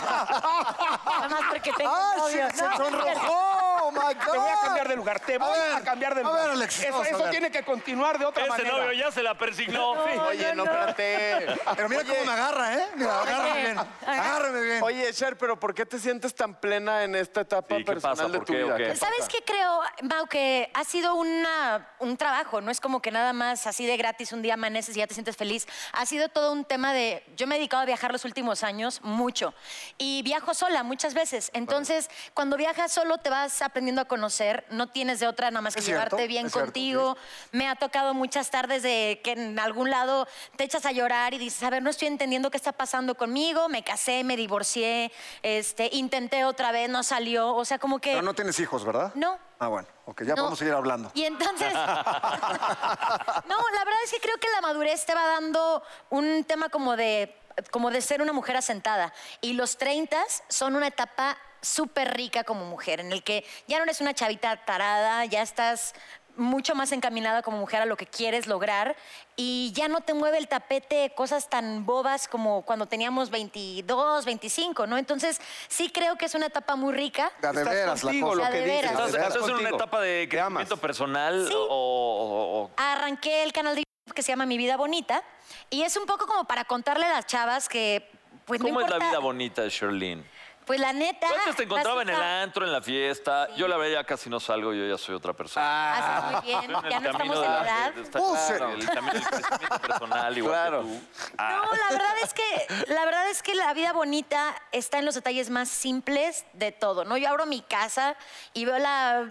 [SPEAKER 6] Nada más porque tengo
[SPEAKER 2] ¡Ay, sí,
[SPEAKER 6] novio.
[SPEAKER 2] se
[SPEAKER 6] No, no es cierto.
[SPEAKER 2] sonrojó! ¡Oh, my God!
[SPEAKER 5] Te voy a cambiar de lugar, te voy a,
[SPEAKER 2] ver,
[SPEAKER 5] cambiar de
[SPEAKER 2] a
[SPEAKER 5] lugar.
[SPEAKER 2] ver, Alex,
[SPEAKER 5] eso
[SPEAKER 2] vamos a
[SPEAKER 5] eso
[SPEAKER 2] ver.
[SPEAKER 5] tiene que continuar de otra
[SPEAKER 4] Ese
[SPEAKER 5] manera.
[SPEAKER 4] novio ya se la persignó.
[SPEAKER 1] Oye, no, espérate.
[SPEAKER 2] Pero mira cómo me agarra, ¿eh? Mira, agárrame bien. Agárrame bien.
[SPEAKER 1] Oye, Cher, pero ¿por qué te sientes tan plena en esta etapa
[SPEAKER 4] Sí, ¿qué
[SPEAKER 1] personal
[SPEAKER 4] pasa?
[SPEAKER 1] de
[SPEAKER 4] ¿Por
[SPEAKER 1] tu
[SPEAKER 4] qué o
[SPEAKER 1] vida?
[SPEAKER 4] qué?
[SPEAKER 6] ¿Sabes qué creo, Mau? Que ha sido una, un trabajo, no es como que nada más así de gratis un día amaneces y ya te sientes feliz. Ha sido todo un tema de... Yo me he dedicado a viajar los últimos años mucho y viajo sola muchas veces. Entonces, cuando viajas solo te vas aprendiendo a conocer, no tienes de otra nada más que
[SPEAKER 2] Es cierto,
[SPEAKER 6] llevarte bien
[SPEAKER 2] es cierto,
[SPEAKER 6] contigo. Me ha tocado muchas tardes de que en algún lado te echas a llorar y dices, a ver, no estoy entendiendo qué está pasando conmigo, me casé, me divorcié, este, intenté otra vez, no salió. O sea, como que...
[SPEAKER 2] Pero no tienes hijos, ¿verdad?
[SPEAKER 6] No.
[SPEAKER 2] Ah, bueno. Ok, ya
[SPEAKER 6] No.
[SPEAKER 2] podemos seguir hablando.
[SPEAKER 6] Y entonces, no, la verdad es que creo que la madurez te va dando un tema como de, como de ser una mujer asentada. Y los 30 son una etapa súper rica como mujer, en el que ya no eres una chavita tarada, ya estás mucho más encaminada como mujer a lo que quieres lograr y ya no te mueve el tapete cosas tan bobas como cuando teníamos 22, 25, ¿no? Entonces sí creo que es una etapa muy rica.
[SPEAKER 2] La de
[SPEAKER 5] Estás
[SPEAKER 2] veras, la
[SPEAKER 5] contigo,
[SPEAKER 2] cosa.
[SPEAKER 6] La
[SPEAKER 5] lo que
[SPEAKER 6] de
[SPEAKER 5] dices.
[SPEAKER 6] veras.
[SPEAKER 5] la de
[SPEAKER 4] ¿Estás,
[SPEAKER 5] veras
[SPEAKER 4] estás en una
[SPEAKER 5] contigo.
[SPEAKER 4] etapa de
[SPEAKER 5] Te amas.
[SPEAKER 4] crecimiento personal
[SPEAKER 6] Sí.
[SPEAKER 4] o, o- o-
[SPEAKER 6] arranqué el canal de YouTube que se llama Mi Vida Bonita y es un poco como para contarle a las chavas que pues no
[SPEAKER 4] ¿Cómo es la
[SPEAKER 6] importa,
[SPEAKER 4] vida bonita de Sherlyn?
[SPEAKER 6] Pues la neta.
[SPEAKER 4] Yo antes te encontraba en
[SPEAKER 6] las
[SPEAKER 4] el
[SPEAKER 6] hijas-
[SPEAKER 4] antro, en la fiesta. Yo la verdad ya casi no salgo, yo ya soy otra persona.
[SPEAKER 6] Haces muy bien,
[SPEAKER 4] Estoy en
[SPEAKER 6] ya
[SPEAKER 4] el
[SPEAKER 6] no
[SPEAKER 4] Ah. camino
[SPEAKER 6] estamos en
[SPEAKER 4] de-
[SPEAKER 6] la edad.
[SPEAKER 4] de- de- está-
[SPEAKER 2] Uh,
[SPEAKER 4] claro,
[SPEAKER 2] sí.
[SPEAKER 4] el camino del crecimiento personal, igual
[SPEAKER 1] Claro.
[SPEAKER 4] que tú.
[SPEAKER 6] No, la verdad es que la verdad es que la vida bonita está en los detalles más simples de todo, ¿no? Yo abro mi casa y veo la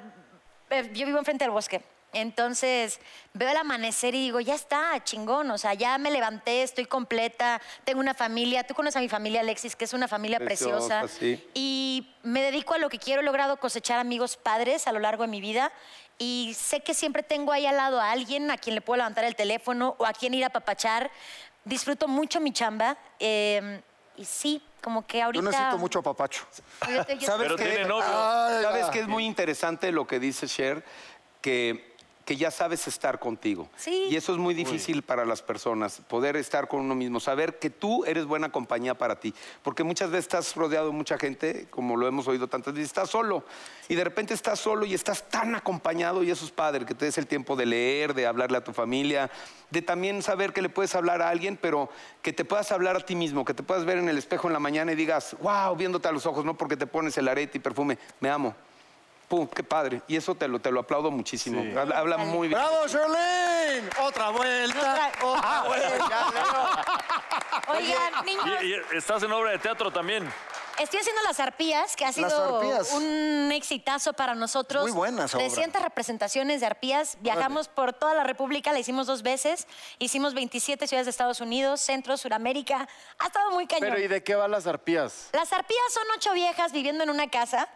[SPEAKER 6] eh, yo vivo enfrente del bosque. Entonces veo el amanecer y digo, ya está, chingón, o sea, ya me levanté, estoy completa, tengo una familia, tú conoces a mi familia Alexis, que es una familia preciosa,
[SPEAKER 5] Preciosa, sí.
[SPEAKER 6] y me dedico a lo que quiero, he logrado cosechar amigos padres a lo largo de mi vida y sé que siempre tengo ahí al lado a alguien a quien le puedo levantar el teléfono o a quien ir a papachar, disfruto mucho mi chamba eh, y sí, como que ahorita...
[SPEAKER 2] Yo necesito mucho papacho.
[SPEAKER 6] Fíjate, yo-
[SPEAKER 5] ¿Sabes
[SPEAKER 4] Pero
[SPEAKER 5] qué?
[SPEAKER 4] tiene novio.
[SPEAKER 2] Ay,
[SPEAKER 5] ¿Sabes
[SPEAKER 2] va.
[SPEAKER 5] que es muy interesante lo que dice Cher? Que, que ya sabes estar contigo.
[SPEAKER 6] Sí.
[SPEAKER 5] Y eso es muy difícil para las personas, poder estar con uno mismo, saber que tú eres buena compañía para ti. Porque muchas veces estás rodeado de mucha gente, como lo hemos oído tantas veces, estás solo. Y de repente estás solo y estás tan acompañado y eso es padre, que te des el tiempo de leer, de hablarle a tu familia, de también saber que le puedes hablar a alguien, pero que te puedas hablar a ti mismo, que te puedas ver en el espejo en la mañana y digas, wow, viéndote a los ojos, no porque te pones el arete y perfume, me amo. Pum, qué padre. Y eso te lo, te lo aplaudo muchísimo. Habla, habla muy bien.
[SPEAKER 2] ¡Bravo, Sherlyn! ¡Otra vuelta! ¡Otra vuelta!
[SPEAKER 6] Oigan, niños,
[SPEAKER 4] Y- y estás en obra de teatro también.
[SPEAKER 6] Estoy haciendo Las Arpías, que ha sido
[SPEAKER 2] Arpías.
[SPEAKER 6] un exitazo para nosotros.
[SPEAKER 2] Muy buena esa obra.
[SPEAKER 6] 300 representaciones de Arpías. Viajamos por toda la República, la hicimos dos veces. Hicimos 27 ciudades de Estados Unidos, Centro, Suramérica. Ha estado muy cañón.
[SPEAKER 1] Pero ¿y de qué van las arpías?
[SPEAKER 6] Las Arpías son ocho viejas viviendo en una casa.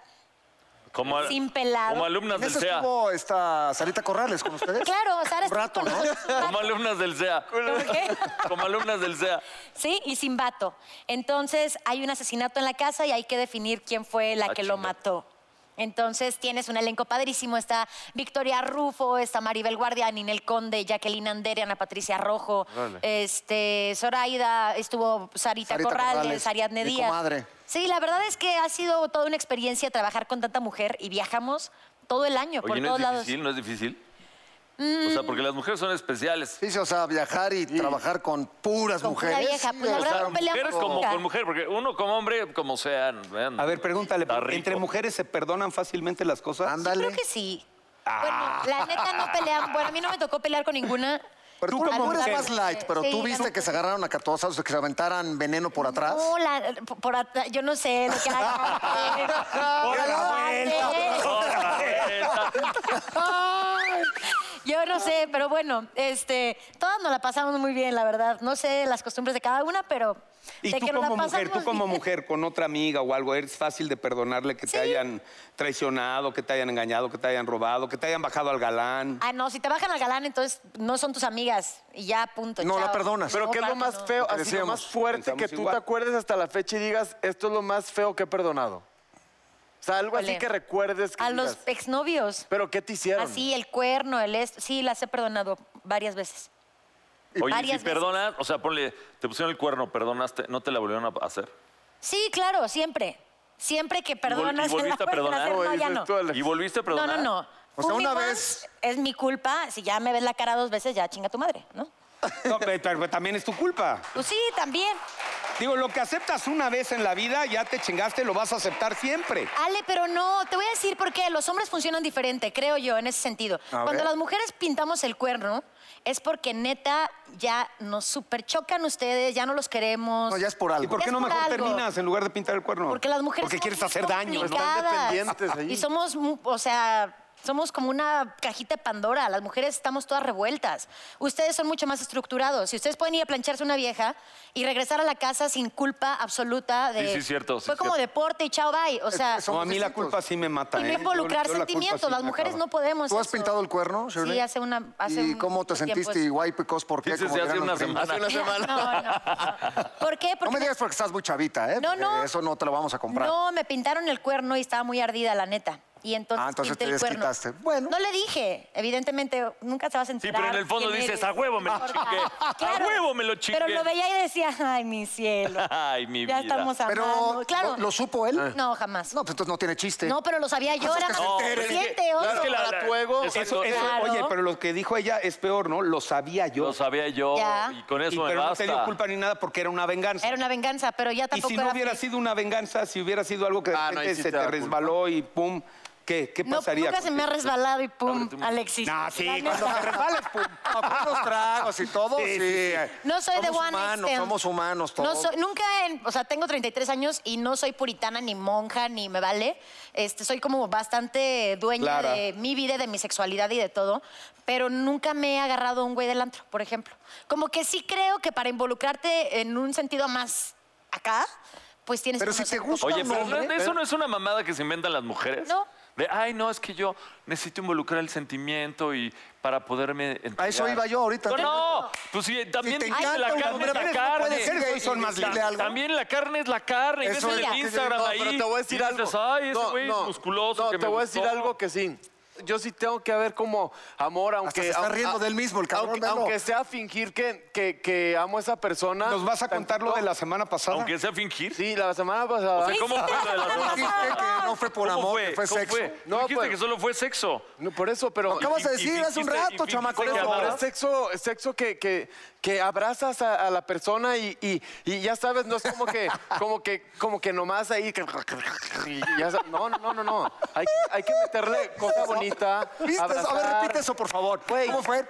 [SPEAKER 4] Como, al-
[SPEAKER 6] Sin pelado.
[SPEAKER 4] Como alumnas
[SPEAKER 2] En
[SPEAKER 4] del
[SPEAKER 2] eso
[SPEAKER 4] CEA.
[SPEAKER 2] estuvo esta Sarita Corrales con ustedes.
[SPEAKER 6] Claro, o sea, ahora
[SPEAKER 2] Un rato,
[SPEAKER 6] estoy
[SPEAKER 2] ¿no?
[SPEAKER 6] con nosotros.
[SPEAKER 4] Como alumnas del CEA.
[SPEAKER 6] ¿Por qué?
[SPEAKER 4] Como alumnas del CEA.
[SPEAKER 6] Sí, y sin vato. Entonces hay un asesinato en la casa y hay que definir quién fue la
[SPEAKER 4] Ah,
[SPEAKER 6] que lo
[SPEAKER 4] chinga.
[SPEAKER 6] mató. Entonces tienes un elenco padrísimo. Está Victoria Rufo, está Maribel Guardia, Ninel Conde, Jacqueline Andere, Ana Patricia Rojo,
[SPEAKER 1] Órale.
[SPEAKER 6] este, Zoraida, estuvo Sarita,
[SPEAKER 2] Sarita
[SPEAKER 6] Corrales,
[SPEAKER 2] Corrales,
[SPEAKER 6] Ariadne
[SPEAKER 2] mi
[SPEAKER 6] Díaz.
[SPEAKER 2] comadre.
[SPEAKER 6] Sí, la verdad es que ha sido toda una experiencia trabajar con tanta mujer y viajamos todo el año, por
[SPEAKER 4] Oye, ¿no
[SPEAKER 6] todos
[SPEAKER 4] es
[SPEAKER 6] lados. Mm.
[SPEAKER 4] difícil? ¿No es difícil? O sea, porque las mujeres son especiales.
[SPEAKER 2] Sí, sí, o sea, viajar y trabajar con puras
[SPEAKER 6] Con pura
[SPEAKER 2] mujeres.
[SPEAKER 6] vieja, pues, la
[SPEAKER 2] O
[SPEAKER 6] verdad,
[SPEAKER 2] sea,
[SPEAKER 6] no peleamos
[SPEAKER 4] Mujeres como
[SPEAKER 6] nunca.
[SPEAKER 4] con mujer, porque uno como hombre, como sea. vean,
[SPEAKER 5] A ver, pregúntale,
[SPEAKER 4] está rico.
[SPEAKER 5] ¿entre mujeres se perdonan fácilmente las cosas?
[SPEAKER 2] Ándale.
[SPEAKER 6] Creo que sí.
[SPEAKER 4] Ah.
[SPEAKER 6] Bueno, la neta no pelean. Bueno, a mí no me tocó pelear con ninguna.
[SPEAKER 2] Pero tú,
[SPEAKER 6] como
[SPEAKER 2] tú eres
[SPEAKER 6] mujer.
[SPEAKER 2] más light, pero
[SPEAKER 6] Sí,
[SPEAKER 2] tú
[SPEAKER 6] la
[SPEAKER 2] viste que
[SPEAKER 6] mujer.
[SPEAKER 2] se agarraron a cartosas, que se aventaran veneno por atrás.
[SPEAKER 6] No, la- por- por atrás, yo no sé lo que haga.
[SPEAKER 2] Por la
[SPEAKER 6] Eh,
[SPEAKER 4] Otra vuelta.
[SPEAKER 6] Yo no sé, pero bueno, este, todas nos la pasamos muy bien, la verdad. No sé las costumbres de cada una, pero
[SPEAKER 5] Y
[SPEAKER 6] de
[SPEAKER 5] tú
[SPEAKER 6] que nos la
[SPEAKER 5] como mujer,
[SPEAKER 6] pasamos
[SPEAKER 5] tú como
[SPEAKER 6] bien.
[SPEAKER 5] mujer, con otra amiga o algo, ¿eres fácil de perdonarle que
[SPEAKER 6] Sí.
[SPEAKER 5] te hayan traicionado, que te hayan engañado, que te hayan robado, que te hayan bajado al galán?
[SPEAKER 6] Ah, no, si te bajan al galán, entonces no son tus amigas y ya, punto.
[SPEAKER 2] No la
[SPEAKER 6] chao.
[SPEAKER 2] perdonas.
[SPEAKER 1] Pero
[SPEAKER 6] No,
[SPEAKER 1] ¿qué es lo
[SPEAKER 6] claro que
[SPEAKER 1] más
[SPEAKER 6] no.
[SPEAKER 1] feo,
[SPEAKER 5] Lo que
[SPEAKER 1] así lo más
[SPEAKER 5] decíamos,
[SPEAKER 1] fuerte que
[SPEAKER 5] pensamos
[SPEAKER 1] tú
[SPEAKER 5] igual.
[SPEAKER 1] te acuerdes hasta la fecha y digas, esto es lo más feo que he perdonado? O sea, algo así
[SPEAKER 6] Híjole.
[SPEAKER 1] que recuerdes que
[SPEAKER 6] A
[SPEAKER 1] digas,
[SPEAKER 6] los exnovios.
[SPEAKER 1] ¿Pero qué te hicieron?
[SPEAKER 6] Así, el cuerno, el esto. Sí, las he perdonado varias veces.
[SPEAKER 4] Oye, ¿y si
[SPEAKER 6] Varias veces.
[SPEAKER 4] perdonas, o sea, ponle, te pusieron el cuerno, perdonaste, no te la volvieron a hacer.
[SPEAKER 6] Sí, claro, siempre. Siempre que perdonas.
[SPEAKER 4] y volviste
[SPEAKER 6] la
[SPEAKER 4] a perdonar?
[SPEAKER 6] vuelven hacer. No, ya
[SPEAKER 1] Dices
[SPEAKER 6] no.
[SPEAKER 1] tú, Alex.
[SPEAKER 4] ¿Y volviste a
[SPEAKER 6] No,
[SPEAKER 4] perdonar?
[SPEAKER 6] no, no.
[SPEAKER 2] O sea,
[SPEAKER 6] Fumi
[SPEAKER 2] una
[SPEAKER 6] once
[SPEAKER 2] vez-
[SPEAKER 6] Es mi culpa. Si ya me ves la cara dos veces, ya chinga tu madre, ¿no?
[SPEAKER 5] No, pe- pero, también es tu culpa.
[SPEAKER 6] Pues sí, también.
[SPEAKER 5] Digo, lo que aceptas una vez en la vida, ya te chingaste, lo vas a aceptar siempre.
[SPEAKER 6] Ale, pero no, te voy a decir por qué. Los hombres funcionan diferente, creo yo, en ese sentido.
[SPEAKER 2] A
[SPEAKER 6] Cuando
[SPEAKER 2] ver.
[SPEAKER 6] las mujeres pintamos el cuerno, es porque neta ya nos superchocan ustedes, ya no los queremos.
[SPEAKER 2] No, ya es por
[SPEAKER 5] ¿Y
[SPEAKER 2] algo.
[SPEAKER 5] por qué
[SPEAKER 6] Es
[SPEAKER 5] no
[SPEAKER 6] por
[SPEAKER 5] mejor
[SPEAKER 6] algo.
[SPEAKER 5] terminas en lugar de pintar el cuerno?
[SPEAKER 6] Porque las mujeres
[SPEAKER 5] Porque
[SPEAKER 6] somos
[SPEAKER 5] quieres
[SPEAKER 6] muy
[SPEAKER 5] hacer daño, ¿no?
[SPEAKER 1] Están
[SPEAKER 6] complicadas.
[SPEAKER 1] dependientes ahí.
[SPEAKER 6] Y somos, mu- o sea, somos como una cajita de Pandora. Las mujeres estamos todas revueltas. Ustedes son mucho más estructurados. Y ustedes pueden ir a plancharse una vieja y regresar a la casa sin culpa absoluta de...
[SPEAKER 4] Sí, sí, cierto, sí,
[SPEAKER 6] Fue como
[SPEAKER 4] cierto.
[SPEAKER 6] deporte y chao, bye. O sea,
[SPEAKER 2] Es que
[SPEAKER 5] No,
[SPEAKER 2] somos
[SPEAKER 5] a mí la
[SPEAKER 2] distintos.
[SPEAKER 5] culpa sí me mata. ¿eh?
[SPEAKER 6] y no
[SPEAKER 5] Yo-
[SPEAKER 6] involucrar
[SPEAKER 5] yo la culpa
[SPEAKER 6] sentimientos.
[SPEAKER 5] sí
[SPEAKER 6] Las
[SPEAKER 5] me
[SPEAKER 6] mujeres
[SPEAKER 5] acaba.
[SPEAKER 6] no podemos
[SPEAKER 2] ¿Tú has
[SPEAKER 6] eso.
[SPEAKER 2] pintado el cuerno, Shirley?
[SPEAKER 6] Sí, hace una... Hace
[SPEAKER 2] ¿Y
[SPEAKER 6] un-
[SPEAKER 2] cómo te
[SPEAKER 6] mucho tiempo.
[SPEAKER 2] sentiste? Igual, picos, ¿por qué?
[SPEAKER 4] Sí, sí,
[SPEAKER 2] Como
[SPEAKER 4] sí, hace
[SPEAKER 2] dirían
[SPEAKER 4] una
[SPEAKER 2] los gringos.
[SPEAKER 4] semana.
[SPEAKER 1] Hace una semana.
[SPEAKER 6] No, no. ¿Por qué?
[SPEAKER 2] No
[SPEAKER 6] Porque
[SPEAKER 2] me digas porque estás muy chavita, ¿eh?
[SPEAKER 6] No,
[SPEAKER 2] Porque
[SPEAKER 6] no.
[SPEAKER 2] Eso no te lo vamos a comprar.
[SPEAKER 6] No, me pintaron el cuerno y estaba muy ardida, la neta. Y entonces,
[SPEAKER 2] Ah, entonces
[SPEAKER 6] pinté
[SPEAKER 2] te
[SPEAKER 6] el cuerno.
[SPEAKER 2] desquitaste. Bueno.
[SPEAKER 6] No le dije. Evidentemente, nunca te vas a
[SPEAKER 4] Sí,
[SPEAKER 6] enterar.
[SPEAKER 4] pero en el fondo
[SPEAKER 6] quién
[SPEAKER 4] dices,
[SPEAKER 6] eres.
[SPEAKER 4] a huevo me lo
[SPEAKER 6] Importa.
[SPEAKER 4] chingué.
[SPEAKER 6] Claro,
[SPEAKER 4] A huevo me lo chingué.
[SPEAKER 6] Pero lo veía y decía, ay, mi cielo.
[SPEAKER 4] Ay, mi
[SPEAKER 6] ya
[SPEAKER 4] vida.
[SPEAKER 6] estamos
[SPEAKER 2] Pero,
[SPEAKER 6] amando. claro. Eh.
[SPEAKER 2] ¿lo, lo supo él?
[SPEAKER 6] No, jamás.
[SPEAKER 2] No, pues entonces no tiene chiste.
[SPEAKER 6] No, pero lo sabía yo. Era
[SPEAKER 2] que se
[SPEAKER 6] más
[SPEAKER 2] entere.
[SPEAKER 6] consciente, oso.
[SPEAKER 4] Es que la,
[SPEAKER 1] Para tu ego,
[SPEAKER 4] Exacto,
[SPEAKER 5] Eso- eso-
[SPEAKER 6] Claro.
[SPEAKER 5] Oye, pero lo que dijo ella es peor, ¿no? Lo sabía yo.
[SPEAKER 4] Lo sabía yo
[SPEAKER 6] Ya.
[SPEAKER 4] y con eso
[SPEAKER 5] Y-
[SPEAKER 4] me
[SPEAKER 5] pero no
[SPEAKER 4] basta.
[SPEAKER 5] te dio culpa ni nada porque era una venganza.
[SPEAKER 6] Era una venganza, pero ya
[SPEAKER 5] y
[SPEAKER 6] tampoco
[SPEAKER 5] si no
[SPEAKER 6] era
[SPEAKER 5] hubiera
[SPEAKER 6] feliz.
[SPEAKER 5] sido una venganza, si hubiera sido algo que de
[SPEAKER 1] Ah, no, ahí
[SPEAKER 5] repente
[SPEAKER 1] sí
[SPEAKER 5] se
[SPEAKER 1] te
[SPEAKER 5] te
[SPEAKER 1] da culpa.
[SPEAKER 5] resbaló y pum, ¿Qué, qué
[SPEAKER 6] No, pues
[SPEAKER 5] pasaría?
[SPEAKER 6] nunca se me ha
[SPEAKER 5] contigo?
[SPEAKER 6] resbalado y pum,
[SPEAKER 4] Ábrete un-
[SPEAKER 6] Alexis.
[SPEAKER 2] No, sí, pues,
[SPEAKER 6] La neta.
[SPEAKER 2] cuando te resbales, pum, a unos tragos y todo, sí.
[SPEAKER 6] No soy de
[SPEAKER 2] Somos
[SPEAKER 6] One Night
[SPEAKER 2] humanos,
[SPEAKER 6] stands.
[SPEAKER 2] Somos humanos
[SPEAKER 6] No
[SPEAKER 2] todos.
[SPEAKER 6] soy- nunca, en- o sea, tengo 33 años y no soy puritana ni monja ni me vale. Este, soy como bastante dueña
[SPEAKER 5] Clara.
[SPEAKER 6] de mi vida, y de mi sexualidad y de todo, pero nunca me he agarrado a un güey del antro, por ejemplo. Como que sí creo que para involucrarte en un sentido más acá, pues tienes
[SPEAKER 2] Pero
[SPEAKER 6] que
[SPEAKER 2] si te
[SPEAKER 6] conocer
[SPEAKER 2] gusta
[SPEAKER 4] Oye,
[SPEAKER 2] un
[SPEAKER 4] pero
[SPEAKER 2] hombre,
[SPEAKER 4] ¿no- eso no es una mamada que se inventan las mujeres.
[SPEAKER 6] No.
[SPEAKER 4] De, ay, no, es que yo necesito involucrar el sentimiento y para poderme.
[SPEAKER 2] A eso
[SPEAKER 4] entregar".
[SPEAKER 2] iba yo ahorita.
[SPEAKER 4] No, no. Pues sí, también
[SPEAKER 2] te
[SPEAKER 4] la
[SPEAKER 2] encanta un
[SPEAKER 4] carne
[SPEAKER 2] hombre,
[SPEAKER 4] es la
[SPEAKER 2] pero no
[SPEAKER 4] carne.
[SPEAKER 2] puede ser gay, son más
[SPEAKER 4] Ta-
[SPEAKER 2] libres de algo.
[SPEAKER 4] También la carne es la carne. Y ves
[SPEAKER 2] Eso
[SPEAKER 4] en
[SPEAKER 6] es lo
[SPEAKER 4] el
[SPEAKER 6] que yo
[SPEAKER 4] Instagram
[SPEAKER 1] No,
[SPEAKER 4] ahí.
[SPEAKER 1] pero te voy a decir
[SPEAKER 4] y
[SPEAKER 1] algo.
[SPEAKER 4] dices, Ay, ese güey es musculoso.
[SPEAKER 1] no,
[SPEAKER 4] que
[SPEAKER 1] te
[SPEAKER 4] me
[SPEAKER 1] voy a decir
[SPEAKER 4] gustó".
[SPEAKER 1] algo que sí. Yo sí tengo que haber como amor, aunque...
[SPEAKER 2] se está
[SPEAKER 1] aun-
[SPEAKER 2] riendo del mismo, el cabrón,
[SPEAKER 1] Aunque,
[SPEAKER 2] velo.
[SPEAKER 1] aunque sea fingir que, que, que amo a esa persona.
[SPEAKER 5] ¿Nos pues vas a contar lo de la semana pasada?
[SPEAKER 4] Aunque sea fingir.
[SPEAKER 1] Sí, la semana pasada.
[SPEAKER 4] O sea, ¿cómo fue lo de las
[SPEAKER 2] dijiste que no fue por
[SPEAKER 4] ¿Cómo
[SPEAKER 2] amor, que fue
[SPEAKER 4] ¿Cómo
[SPEAKER 2] sexo.
[SPEAKER 4] Fue?
[SPEAKER 1] No,
[SPEAKER 4] No, dijiste
[SPEAKER 1] pues-
[SPEAKER 4] que solo fue sexo.
[SPEAKER 1] No, por eso, pero...
[SPEAKER 2] Lo acabas de
[SPEAKER 4] Y- y
[SPEAKER 2] decir hace un
[SPEAKER 4] fingiste-
[SPEAKER 2] rato,
[SPEAKER 4] y
[SPEAKER 2] chamaco.
[SPEAKER 4] fingiste
[SPEAKER 1] Por
[SPEAKER 4] que
[SPEAKER 1] eso,
[SPEAKER 4] amabas.
[SPEAKER 1] es sexo, es sexo que, que, que abrazas a, a la persona y, y- y ya sabes, no es como que, como que, como que nomás ahí. que- y ya sa- no, no, no, no, no. Hay, hay que meterle cosa bonita.
[SPEAKER 2] ¿Viste? eso? A ver,
[SPEAKER 1] abrazar.
[SPEAKER 2] repite eso, por favor.
[SPEAKER 1] Güey.
[SPEAKER 2] ¿Cómo fue?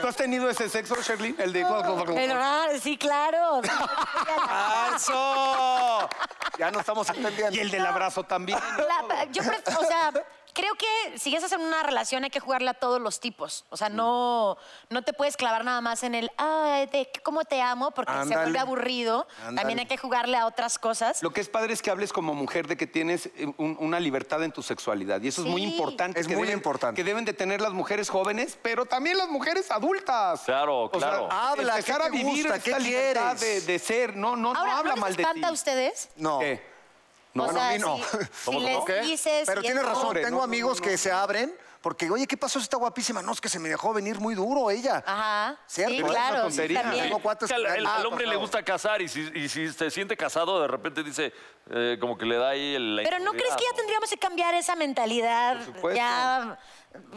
[SPEAKER 5] ¿Tú has tenido ese sexo, Sherlyn? El de...
[SPEAKER 6] Ah. Pero, ah, sí, claro.
[SPEAKER 5] ¡Eso!
[SPEAKER 2] Ya no estamos entendiendo.
[SPEAKER 5] Y el del abrazo también.
[SPEAKER 6] La- yo pref- o sea, creo que si estás en una relación hay que jugarle a todos los tipos. O sea, no, no te puedes clavar nada más en el, ay, de que cómo te amo, porque se
[SPEAKER 2] Ándale.
[SPEAKER 6] vuelve aburrido. También
[SPEAKER 2] Ándale.
[SPEAKER 6] hay que jugarle a otras cosas.
[SPEAKER 5] Lo que es padre es que hables como mujer de que tienes eh, un- una libertad en tu sexualidad. Y eso es muy
[SPEAKER 6] Sí.
[SPEAKER 5] importante.
[SPEAKER 2] Es
[SPEAKER 5] que
[SPEAKER 2] muy
[SPEAKER 5] deben-
[SPEAKER 2] importante.
[SPEAKER 5] Que deben de tener las mujeres jóvenes, pero también las mujeres adultas.
[SPEAKER 4] Claro,
[SPEAKER 5] O sea,
[SPEAKER 4] claro.
[SPEAKER 2] Habla,
[SPEAKER 5] empezar
[SPEAKER 2] ¿qué
[SPEAKER 5] a
[SPEAKER 2] te
[SPEAKER 5] vivir
[SPEAKER 2] gusta?
[SPEAKER 5] esta
[SPEAKER 2] ¿Qué
[SPEAKER 5] libertad de,
[SPEAKER 2] quieres?
[SPEAKER 5] de ser. No, no, no
[SPEAKER 6] Ahora,
[SPEAKER 5] habla
[SPEAKER 6] ¿no
[SPEAKER 5] mal
[SPEAKER 6] les
[SPEAKER 5] de ti.
[SPEAKER 6] espanta a ustedes?
[SPEAKER 2] No.
[SPEAKER 5] ¿Qué?
[SPEAKER 6] o sea,
[SPEAKER 2] no.
[SPEAKER 6] si- si,
[SPEAKER 4] ¿Cómo,
[SPEAKER 6] les
[SPEAKER 4] cómo? ¿Qué?
[SPEAKER 6] dices...
[SPEAKER 2] Pero
[SPEAKER 6] si
[SPEAKER 2] tienes
[SPEAKER 6] es-
[SPEAKER 2] razón,
[SPEAKER 5] hombre,
[SPEAKER 2] tengo
[SPEAKER 5] no, no,
[SPEAKER 2] amigos
[SPEAKER 5] no,
[SPEAKER 2] que
[SPEAKER 5] no.
[SPEAKER 2] se abren porque, oye, ¿qué pasó? Está guapísima. No, es que se me dejó venir muy duro ella.
[SPEAKER 6] Ajá.
[SPEAKER 2] Cierto,
[SPEAKER 6] Sí,
[SPEAKER 2] ¿no? Es una
[SPEAKER 6] claro, sí,
[SPEAKER 5] tontería.
[SPEAKER 6] también.
[SPEAKER 2] Tengo cuates
[SPEAKER 4] Es que al,
[SPEAKER 2] que me
[SPEAKER 4] al-
[SPEAKER 2] han
[SPEAKER 4] al hombre le
[SPEAKER 2] pasado.
[SPEAKER 4] gusta casar y si, y si se siente casado, de repente dice, eh, como que le da ahí el. la
[SPEAKER 6] Pero ¿no crees
[SPEAKER 4] inseguridad,
[SPEAKER 6] que ya
[SPEAKER 4] ¿no?
[SPEAKER 6] tendríamos que cambiar esa mentalidad
[SPEAKER 5] supuesto.
[SPEAKER 6] ya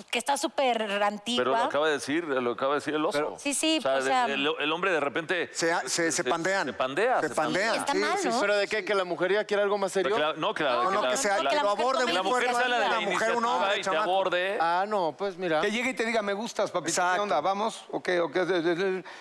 [SPEAKER 6] que está súper antigua?
[SPEAKER 4] Pero lo acaba de decir, lo acaba de decir el oso.
[SPEAKER 6] Sí, sí,
[SPEAKER 4] O sea,
[SPEAKER 6] o sea-
[SPEAKER 4] de- el, el hombre de repente.
[SPEAKER 2] Se, se, se pandean.
[SPEAKER 4] Se pandea.
[SPEAKER 2] Se pandean.
[SPEAKER 6] Está
[SPEAKER 2] sí,
[SPEAKER 6] mal,
[SPEAKER 2] sí,
[SPEAKER 6] ¿no?
[SPEAKER 2] sí.
[SPEAKER 1] ¿Pero de qué? ¿Que la mujer ya quiere algo más
[SPEAKER 4] Pero
[SPEAKER 1] serio?
[SPEAKER 4] que la- no, que la,
[SPEAKER 6] No,
[SPEAKER 4] que
[SPEAKER 2] No,
[SPEAKER 4] la-
[SPEAKER 2] que, sea,
[SPEAKER 4] la-
[SPEAKER 2] que lo aborde
[SPEAKER 6] la
[SPEAKER 2] muy
[SPEAKER 6] mujer
[SPEAKER 2] fuerte.
[SPEAKER 6] sale de la
[SPEAKER 2] La mujer, un hombre,
[SPEAKER 4] y te
[SPEAKER 2] chamaco.
[SPEAKER 4] aborde.
[SPEAKER 1] Ah, no, pues mira.
[SPEAKER 5] Que llegue y te diga, me gustas, papi. ¿Qué
[SPEAKER 2] Exacto.
[SPEAKER 5] onda? ¿Vamos? ¿O qué? ¿O qué?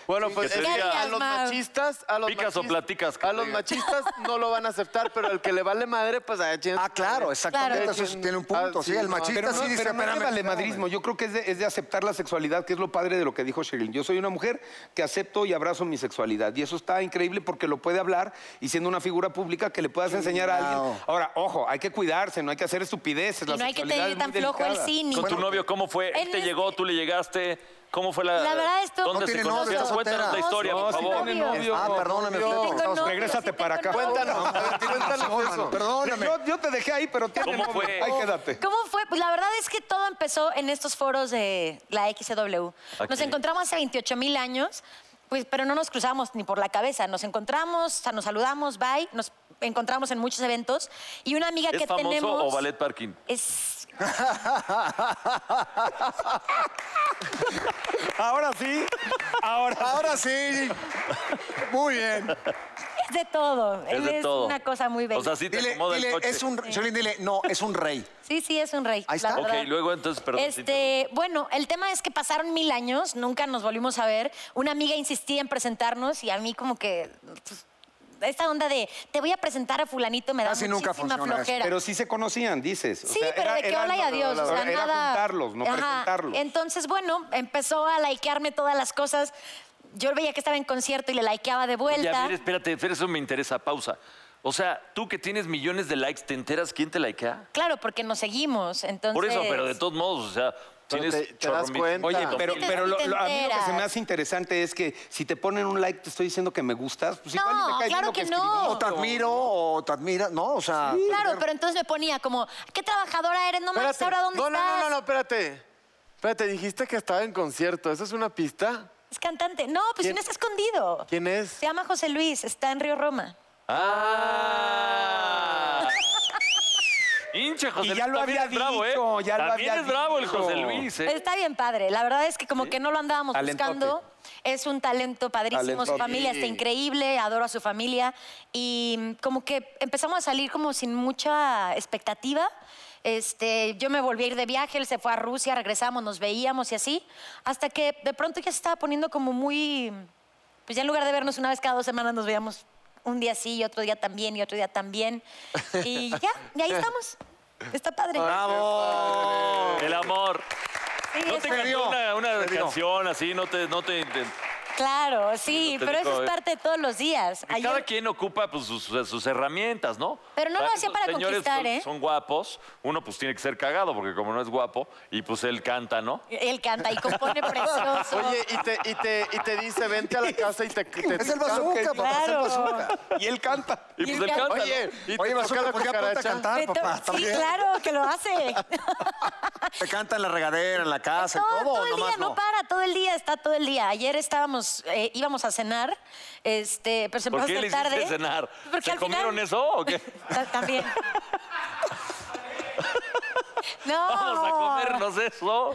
[SPEAKER 1] Bueno, pues
[SPEAKER 4] te
[SPEAKER 1] es que
[SPEAKER 4] diga-
[SPEAKER 1] a los
[SPEAKER 6] Mal.
[SPEAKER 1] machistas, a los
[SPEAKER 4] Picas o
[SPEAKER 1] machis-
[SPEAKER 4] platicas, que
[SPEAKER 1] a
[SPEAKER 4] te
[SPEAKER 1] los
[SPEAKER 4] diga.
[SPEAKER 1] machistas no lo van a aceptar, pero el que le vale madre, pues a
[SPEAKER 2] Ah, claro, exactamente.
[SPEAKER 6] Claro.
[SPEAKER 2] Eso sí tiene un punto.
[SPEAKER 1] Ah, sí,
[SPEAKER 2] sí, el
[SPEAKER 1] no.
[SPEAKER 2] machista
[SPEAKER 5] Pero no,
[SPEAKER 2] sí dice,
[SPEAKER 5] pero no es de
[SPEAKER 2] espérame,
[SPEAKER 5] valemadrismo. Yo creo que es de, es de aceptar la sexualidad, que es lo padre de lo que dijo Sheryl. Yo soy una mujer que acepto y abrazo mi sexualidad. Y eso está increíble porque lo puede hablar y siendo una figura pública que le puedas enseñar a alguien.
[SPEAKER 2] Chingao.
[SPEAKER 5] Ahora, ojo, hay que cuidarse, no hay que hacer estupideces.
[SPEAKER 6] Y
[SPEAKER 5] la
[SPEAKER 6] no hay que
[SPEAKER 5] sexualidad es
[SPEAKER 6] tener tan
[SPEAKER 5] muy
[SPEAKER 6] flojo el
[SPEAKER 5] delicada.
[SPEAKER 6] cine.
[SPEAKER 4] Con tu novio, ¿cómo fue? Él
[SPEAKER 6] en
[SPEAKER 4] te
[SPEAKER 6] este-
[SPEAKER 4] llegó, tú le llegaste. ¿Cómo fue la.
[SPEAKER 6] La verdad, esto-
[SPEAKER 4] ¿Dónde
[SPEAKER 6] No
[SPEAKER 4] se
[SPEAKER 2] tiene novio,
[SPEAKER 4] conocieron?
[SPEAKER 2] está
[SPEAKER 4] Cuéntanos la
[SPEAKER 2] soltera.
[SPEAKER 4] historia,
[SPEAKER 6] No,
[SPEAKER 4] por
[SPEAKER 6] sí
[SPEAKER 4] favor.
[SPEAKER 6] tiene novio.
[SPEAKER 2] Ah, perdóname.
[SPEAKER 1] Yo-
[SPEAKER 2] fíjate que
[SPEAKER 6] Tengo
[SPEAKER 2] estamos-
[SPEAKER 6] novio,
[SPEAKER 5] Regrésate
[SPEAKER 6] sí
[SPEAKER 5] para acá.
[SPEAKER 6] tengo novio.
[SPEAKER 1] Cuéntanos, a ver, cuéntanos eso.
[SPEAKER 2] Perdóname.
[SPEAKER 5] Yo, yo te dejé ahí, pero tiene
[SPEAKER 4] ¿Cómo
[SPEAKER 5] novio.
[SPEAKER 4] fue?
[SPEAKER 5] Ahí quédate.
[SPEAKER 6] ¿Cómo fue? Pues la verdad es que todo empezó en estos foros de la XCW. Nos
[SPEAKER 4] Aquí.
[SPEAKER 6] encontramos hace 28 mil años, pues, pero no nos cruzamos ni por la cabeza. Nos encontramos, o sea, nos saludamos, bye, nos encontramos en muchos eventos. Y una amiga
[SPEAKER 4] ¿Es
[SPEAKER 6] que
[SPEAKER 4] famoso
[SPEAKER 6] tenemos...
[SPEAKER 4] o ballet parking?
[SPEAKER 6] Es...
[SPEAKER 5] Ahora sí. Ahora.
[SPEAKER 2] Ahora sí. Muy bien.
[SPEAKER 6] es de todo.
[SPEAKER 4] Es
[SPEAKER 6] Él
[SPEAKER 4] de todo.
[SPEAKER 6] una cosa muy bella.
[SPEAKER 4] O sea, sí te
[SPEAKER 2] Dile,
[SPEAKER 4] acomoda el
[SPEAKER 2] dile,
[SPEAKER 4] coche.
[SPEAKER 2] es un... Jolín, dile, no, es un rey.
[SPEAKER 6] Sí, sí, es un rey.
[SPEAKER 2] Ahí
[SPEAKER 6] la
[SPEAKER 2] está.
[SPEAKER 4] Ok,
[SPEAKER 6] verdad.
[SPEAKER 4] luego entonces, perdón. sí te-
[SPEAKER 6] Este, bueno, el tema es que pasaron mil años, nunca nos volvimos a ver. Una amiga insistía en presentarnos y a mí como que pues, esta onda de te voy a presentar a fulanito me da
[SPEAKER 2] Casi nunca
[SPEAKER 6] muchísima
[SPEAKER 2] funciona eso.
[SPEAKER 6] flojera.
[SPEAKER 5] Pero sí se conocían, dices. O
[SPEAKER 6] Sí,
[SPEAKER 5] sea,
[SPEAKER 6] pero
[SPEAKER 5] era-
[SPEAKER 6] de qué
[SPEAKER 5] era-
[SPEAKER 6] hola y adiós. O sea,
[SPEAKER 5] era
[SPEAKER 6] nada.
[SPEAKER 5] juntarlos, no
[SPEAKER 6] Ajá.
[SPEAKER 5] presentarlos.
[SPEAKER 6] Entonces, bueno, empezó a likearme todas las cosas. Yo veía que estaba en concierto y le likeaba
[SPEAKER 4] Oye,
[SPEAKER 6] de
[SPEAKER 4] a
[SPEAKER 6] vuelta.
[SPEAKER 4] ver, espérate, espera, eso me interesa. Pausa. O sea, tú que tienes millones de likes, ¿te enteras quién te likea?
[SPEAKER 6] claro, porque nos seguimos. Entonces,
[SPEAKER 4] Por eso, pero de todos modos, o sea, tienes
[SPEAKER 1] te- te
[SPEAKER 4] chorro
[SPEAKER 1] das
[SPEAKER 4] mil-
[SPEAKER 1] cuenta.
[SPEAKER 5] Oye, pero,
[SPEAKER 6] Sí te-
[SPEAKER 5] pero
[SPEAKER 6] sí
[SPEAKER 5] lo-
[SPEAKER 6] te
[SPEAKER 5] lo- a mí lo que se me
[SPEAKER 6] enteras.
[SPEAKER 5] hace interesante es que si te ponen un like, te estoy diciendo que me gustas, pues igual y
[SPEAKER 6] No,
[SPEAKER 5] me cae bien
[SPEAKER 6] claro
[SPEAKER 5] lo que,
[SPEAKER 6] que no.
[SPEAKER 5] escribí.
[SPEAKER 2] O te admiro, o te admira. No, o sea...
[SPEAKER 6] Claro, pero entonces me ponía como, qué trabajadora eres, no manches,
[SPEAKER 1] Espérate.
[SPEAKER 6] ahora dónde
[SPEAKER 1] no, no,
[SPEAKER 6] estás.
[SPEAKER 1] no, no, no, espérate. Espérate, dijiste que estaba en concierto. ¿Eso es una pista?
[SPEAKER 6] Es cantante. No, pues si
[SPEAKER 1] ¿Quién-
[SPEAKER 6] no está escondido.
[SPEAKER 1] ¿Quién es?
[SPEAKER 6] Se llama José Luis, está en Río Roma.
[SPEAKER 4] ¡Ah! Hinche, José
[SPEAKER 5] Y ya
[SPEAKER 4] Luis,
[SPEAKER 5] lo
[SPEAKER 4] también
[SPEAKER 5] había
[SPEAKER 4] es bravo, ¿eh?
[SPEAKER 5] dicho, ya lo
[SPEAKER 4] también
[SPEAKER 5] había
[SPEAKER 4] es bravo el
[SPEAKER 5] dicho.
[SPEAKER 6] Pues
[SPEAKER 4] José Luis, ¿eh?
[SPEAKER 6] Está bien padre. La verdad es que como que no lo andábamos
[SPEAKER 5] Talentote.
[SPEAKER 6] buscando. Es un talento padrísimo, su
[SPEAKER 5] Talento.
[SPEAKER 6] familia está increíble, adoro a su familia. Y mm, como que empezamos a salir como sin mucha expectativa. Este, yo me volví a ir de viaje, él se fue a Rusia, regresamos, nos veíamos y así. Hasta que de pronto ya se estaba poniendo como muy... Pues ya en lugar de vernos una vez cada dos semanas, nos veíamos un día sí y otro día también y otro día también. Y ya, y ahí estamos. Está padre.
[SPEAKER 4] El amor.
[SPEAKER 6] Sí,
[SPEAKER 4] No
[SPEAKER 6] está-
[SPEAKER 4] te cantó una, una canción así, no te... No te, te-
[SPEAKER 6] Claro, sí,
[SPEAKER 4] Te
[SPEAKER 6] pero eso
[SPEAKER 4] digo,
[SPEAKER 6] es
[SPEAKER 4] eh.
[SPEAKER 6] parte de todos los días.
[SPEAKER 4] que
[SPEAKER 6] Ayer-
[SPEAKER 4] Cada quien ocupa pues, sus, sus herramientas, ¿no?
[SPEAKER 6] Pero no lo hacía
[SPEAKER 4] esos
[SPEAKER 6] para
[SPEAKER 4] señores
[SPEAKER 6] conquistar,
[SPEAKER 4] son-
[SPEAKER 6] ¿eh?
[SPEAKER 4] Son guapos, uno pues tiene que ser cagado, porque como no es guapo, y pues él canta, ¿no?
[SPEAKER 6] Él canta y compone precioso.
[SPEAKER 1] Oye, y te, y, te, y te dice, vente a la casa y te... te-
[SPEAKER 2] Es el bazooka, papá, es el
[SPEAKER 6] Claro.
[SPEAKER 2] bazooka.
[SPEAKER 5] Y él canta.
[SPEAKER 4] Y
[SPEAKER 6] Y
[SPEAKER 4] pues
[SPEAKER 6] él
[SPEAKER 4] él
[SPEAKER 6] canta.
[SPEAKER 4] canta. ¿no?
[SPEAKER 1] Oye, y
[SPEAKER 2] Oye,
[SPEAKER 1] te toca
[SPEAKER 2] bazooka,
[SPEAKER 1] la
[SPEAKER 2] ¿por qué apunta a
[SPEAKER 1] cucaracha.
[SPEAKER 2] cantar,
[SPEAKER 6] Me to-
[SPEAKER 2] papá?
[SPEAKER 6] sí,
[SPEAKER 2] También.
[SPEAKER 6] claro que lo hace.
[SPEAKER 2] Te canta en la regadera, en la casa,
[SPEAKER 6] todo,
[SPEAKER 2] y todo,
[SPEAKER 6] todo el
[SPEAKER 2] nomás
[SPEAKER 6] día, no. para, todo el día, está todo el día. Ayer estábamos, eh, íbamos a cenar, este, pero se empezó
[SPEAKER 4] ¿Por qué
[SPEAKER 6] a
[SPEAKER 4] le hiciste
[SPEAKER 6] hacer tarde. Pues
[SPEAKER 4] cenar?
[SPEAKER 6] Porque
[SPEAKER 4] ¿Se
[SPEAKER 6] al
[SPEAKER 4] comieron
[SPEAKER 6] final-
[SPEAKER 4] eso o qué?
[SPEAKER 6] Ta- También. No,
[SPEAKER 4] Vamos a comernos eso.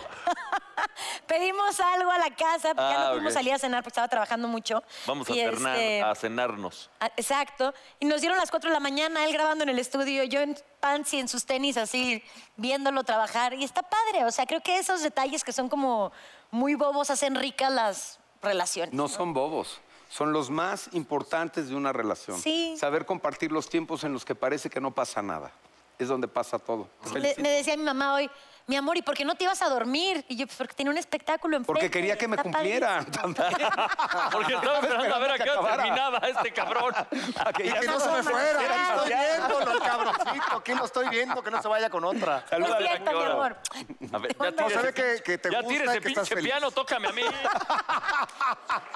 [SPEAKER 6] pedimos algo a la casa, porque ya
[SPEAKER 4] Ah,
[SPEAKER 6] no pudimos
[SPEAKER 4] ok.
[SPEAKER 6] salir a cenar porque estaba trabajando mucho.
[SPEAKER 4] Vamos a,
[SPEAKER 6] Y,
[SPEAKER 4] cernar-
[SPEAKER 6] este,
[SPEAKER 4] a cenarnos.
[SPEAKER 6] Ah, Exacto. Y nos dieron las 4 de la mañana, él grabando en el estudio, yo en pants y en sus tenis, así, viéndolo trabajar. Y está padre. O sea, creo que esos detalles que son como muy bobos hacen ricas las relaciones.
[SPEAKER 5] No son bobos. Son los más importantes de una relación.
[SPEAKER 6] Sí.
[SPEAKER 5] Saber compartir los tiempos en los que parece que no pasa nada. Es donde pasa todo.
[SPEAKER 6] Pues Le- me decía mi mamá hoy, mi amor, ¿y por qué no te ibas a dormir? Y yo, "Pues porque tenía un espectáculo en
[SPEAKER 5] Porque quería que me cumplieran también.
[SPEAKER 4] Porque estaba esperando a ver a qué hora
[SPEAKER 5] acabara.
[SPEAKER 4] terminaba este cabrón.
[SPEAKER 5] para que
[SPEAKER 2] Y
[SPEAKER 5] ya
[SPEAKER 2] que no
[SPEAKER 5] no-
[SPEAKER 2] se me
[SPEAKER 6] Claro.
[SPEAKER 2] fuera, aquí estoy
[SPEAKER 5] Claro.
[SPEAKER 2] viéndolo, cabroncito, aquí lo estoy viendo, que no se vaya con otra.
[SPEAKER 6] Lo
[SPEAKER 4] Saluda a la
[SPEAKER 6] siento, mi
[SPEAKER 4] señora.
[SPEAKER 6] amor.
[SPEAKER 4] A ver, ya
[SPEAKER 2] No,
[SPEAKER 4] tires-
[SPEAKER 2] se ve que, que te
[SPEAKER 4] ya
[SPEAKER 2] gusta
[SPEAKER 4] tira
[SPEAKER 2] y
[SPEAKER 4] ese
[SPEAKER 2] que estás
[SPEAKER 4] pinche
[SPEAKER 2] feliz.
[SPEAKER 4] piano, tócame a mí.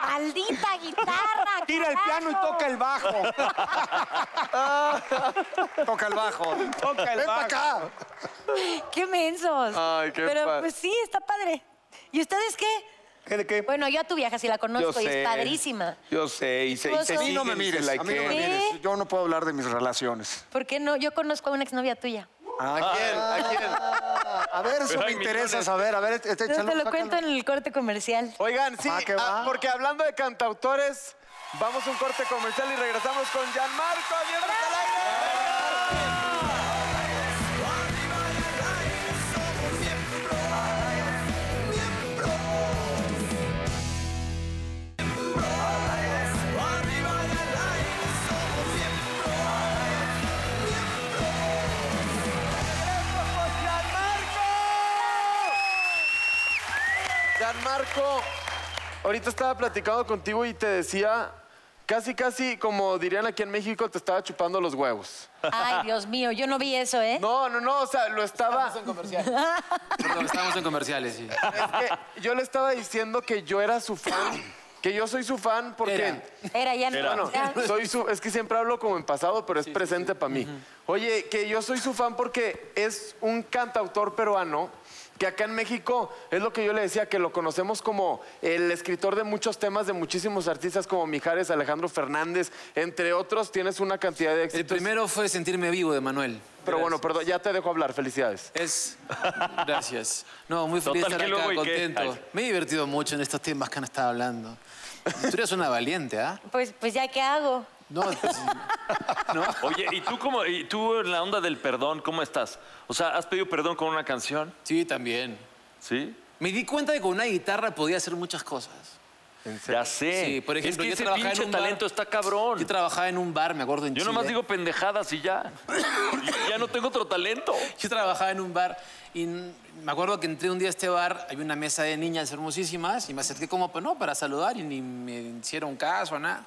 [SPEAKER 6] Maldita guitarra.
[SPEAKER 5] Tira el piano y
[SPEAKER 6] carajo.
[SPEAKER 5] toca el bajo.
[SPEAKER 2] Toca el bajo.
[SPEAKER 5] Toca el
[SPEAKER 2] Ven para
[SPEAKER 5] bajo.
[SPEAKER 2] acá.
[SPEAKER 6] Qué mensos.
[SPEAKER 1] Ay, qué
[SPEAKER 6] Pero
[SPEAKER 1] pa-
[SPEAKER 6] pues sí, está padre. ¿Y ustedes qué?
[SPEAKER 5] ¿Qué de qué?
[SPEAKER 6] Bueno, yo a tu vieja sí la
[SPEAKER 5] Yo
[SPEAKER 6] conozco y
[SPEAKER 5] sé.
[SPEAKER 6] es padrísima.
[SPEAKER 5] Yo sé, y se,
[SPEAKER 6] Tú
[SPEAKER 5] y se
[SPEAKER 2] A
[SPEAKER 6] sos-
[SPEAKER 2] mí no
[SPEAKER 5] siguen
[SPEAKER 2] me
[SPEAKER 5] y se
[SPEAKER 2] mires, a mí no me
[SPEAKER 5] likean.
[SPEAKER 6] ¿Sí?
[SPEAKER 2] mires. Yo no puedo hablar de mis relaciones.
[SPEAKER 6] ¿Por qué no? Yo conozco a una exnovia tuya.
[SPEAKER 1] ¿A quién?
[SPEAKER 4] Ah,
[SPEAKER 1] ¿A quién?
[SPEAKER 2] A ver, eso
[SPEAKER 4] Pero
[SPEAKER 2] me
[SPEAKER 4] hay
[SPEAKER 2] interesa
[SPEAKER 4] millones.
[SPEAKER 2] saber. A ver, este,
[SPEAKER 6] Yo
[SPEAKER 2] échalo,
[SPEAKER 6] te lo
[SPEAKER 2] sácalo.
[SPEAKER 6] cuento en el corte comercial.
[SPEAKER 1] Oigan, sí,
[SPEAKER 2] Ah, ¿qué
[SPEAKER 1] ah,
[SPEAKER 2] va?
[SPEAKER 1] porque hablando de cantautores, vamos a un corte comercial y regresamos con Gianmarco. ¡Bienvenido al aire! Gianmarco, ahorita estaba platicando contigo y te decía, casi, casi, como dirían aquí en México, te estaba chupando los huevos.
[SPEAKER 6] Ay, Dios mío, yo no vi eso, ¿eh?
[SPEAKER 1] No, no, no, o sea, lo estaba...
[SPEAKER 7] Perdón, estamos en comerciales, sí.
[SPEAKER 1] Es que yo le estaba diciendo que yo era su fan, que yo soy su fan porque...
[SPEAKER 7] Era.
[SPEAKER 6] Era ya no.
[SPEAKER 4] Era.
[SPEAKER 1] Bueno,
[SPEAKER 6] Ya.
[SPEAKER 1] soy su, es que siempre hablo como en pasado, pero es presente para mí. Oye, que yo soy su fan porque es un cantautor peruano que acá en México es lo que yo le decía, que lo conocemos como el escritor de muchos temas de muchísimos artistas como Mijares, Alejandro Fernández, entre otros, tienes una cantidad de
[SPEAKER 7] El
[SPEAKER 1] éxitos.
[SPEAKER 7] primero fue sentirme vivo de Manuel.
[SPEAKER 1] Pero bueno, perdón, ya te dejo hablar, felicidades.
[SPEAKER 7] Es. Gracias. No, muy feliz
[SPEAKER 4] Total,
[SPEAKER 7] de
[SPEAKER 4] que
[SPEAKER 7] estar
[SPEAKER 4] luego
[SPEAKER 7] acá,
[SPEAKER 4] y qué.
[SPEAKER 7] contento.
[SPEAKER 4] Ay.
[SPEAKER 7] Me he divertido mucho en estos temas que han estado hablando. Tú eres una valiente, ¿ah?
[SPEAKER 6] Pues, pues ya, ¿qué hago?
[SPEAKER 7] No, pues, no.
[SPEAKER 4] Oye, ¿y tú, cómo, ¿y tú en la onda del perdón, cómo estás? O sea, ¿has pedido perdón con una canción?
[SPEAKER 7] Sí, también.
[SPEAKER 4] ¿Sí?
[SPEAKER 7] Me di cuenta de que con una guitarra podía hacer muchas cosas.
[SPEAKER 4] Ya sé.
[SPEAKER 7] Sí, por ejemplo, yo
[SPEAKER 4] es que ese
[SPEAKER 7] trabajaba en
[SPEAKER 4] pinche
[SPEAKER 7] un bar.
[SPEAKER 4] talento está cabrón.
[SPEAKER 7] Yo trabajaba en un bar, me acuerdo en
[SPEAKER 4] Yo
[SPEAKER 7] Chile.
[SPEAKER 4] nomás digo pendejadas y ya. Y ya no tengo otro talento.
[SPEAKER 7] Yo trabajaba en un bar y n- me acuerdo que entré un día a este bar, hay una mesa de niñas hermosísimas y me acerqué como pues, no, para saludar y ni me hicieron caso, nada.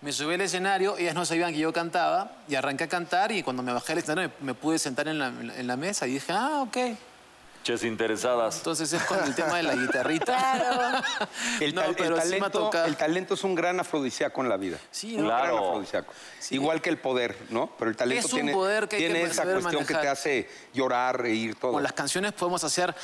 [SPEAKER 7] Me subí al escenario, ellas no sabían que yo cantaba y arranqué a cantar y cuando me bajé del escenario me, me pude sentar en la, en la mesa y dije, ah, ok.
[SPEAKER 4] Ches interesadas.
[SPEAKER 7] Entonces es con el tema de la guitarrita.
[SPEAKER 5] El,
[SPEAKER 7] No,
[SPEAKER 5] tal- el
[SPEAKER 7] pero sí me ha
[SPEAKER 5] talento,
[SPEAKER 7] tocado.
[SPEAKER 5] el talento es un gran afrodisíaco en la vida.
[SPEAKER 7] Sí,
[SPEAKER 5] un
[SPEAKER 7] ¿no?
[SPEAKER 5] gran
[SPEAKER 4] Claro.
[SPEAKER 5] afrodisíaco.
[SPEAKER 7] Sí.
[SPEAKER 5] Igual que el poder, ¿no? Pero el talento
[SPEAKER 7] Es un
[SPEAKER 5] tiene,
[SPEAKER 7] poder que hay que
[SPEAKER 5] tiene esa
[SPEAKER 7] saber
[SPEAKER 5] cuestión que te
[SPEAKER 7] manejar.
[SPEAKER 5] hace llorar, reír, todo.
[SPEAKER 7] Con las canciones podemos hacer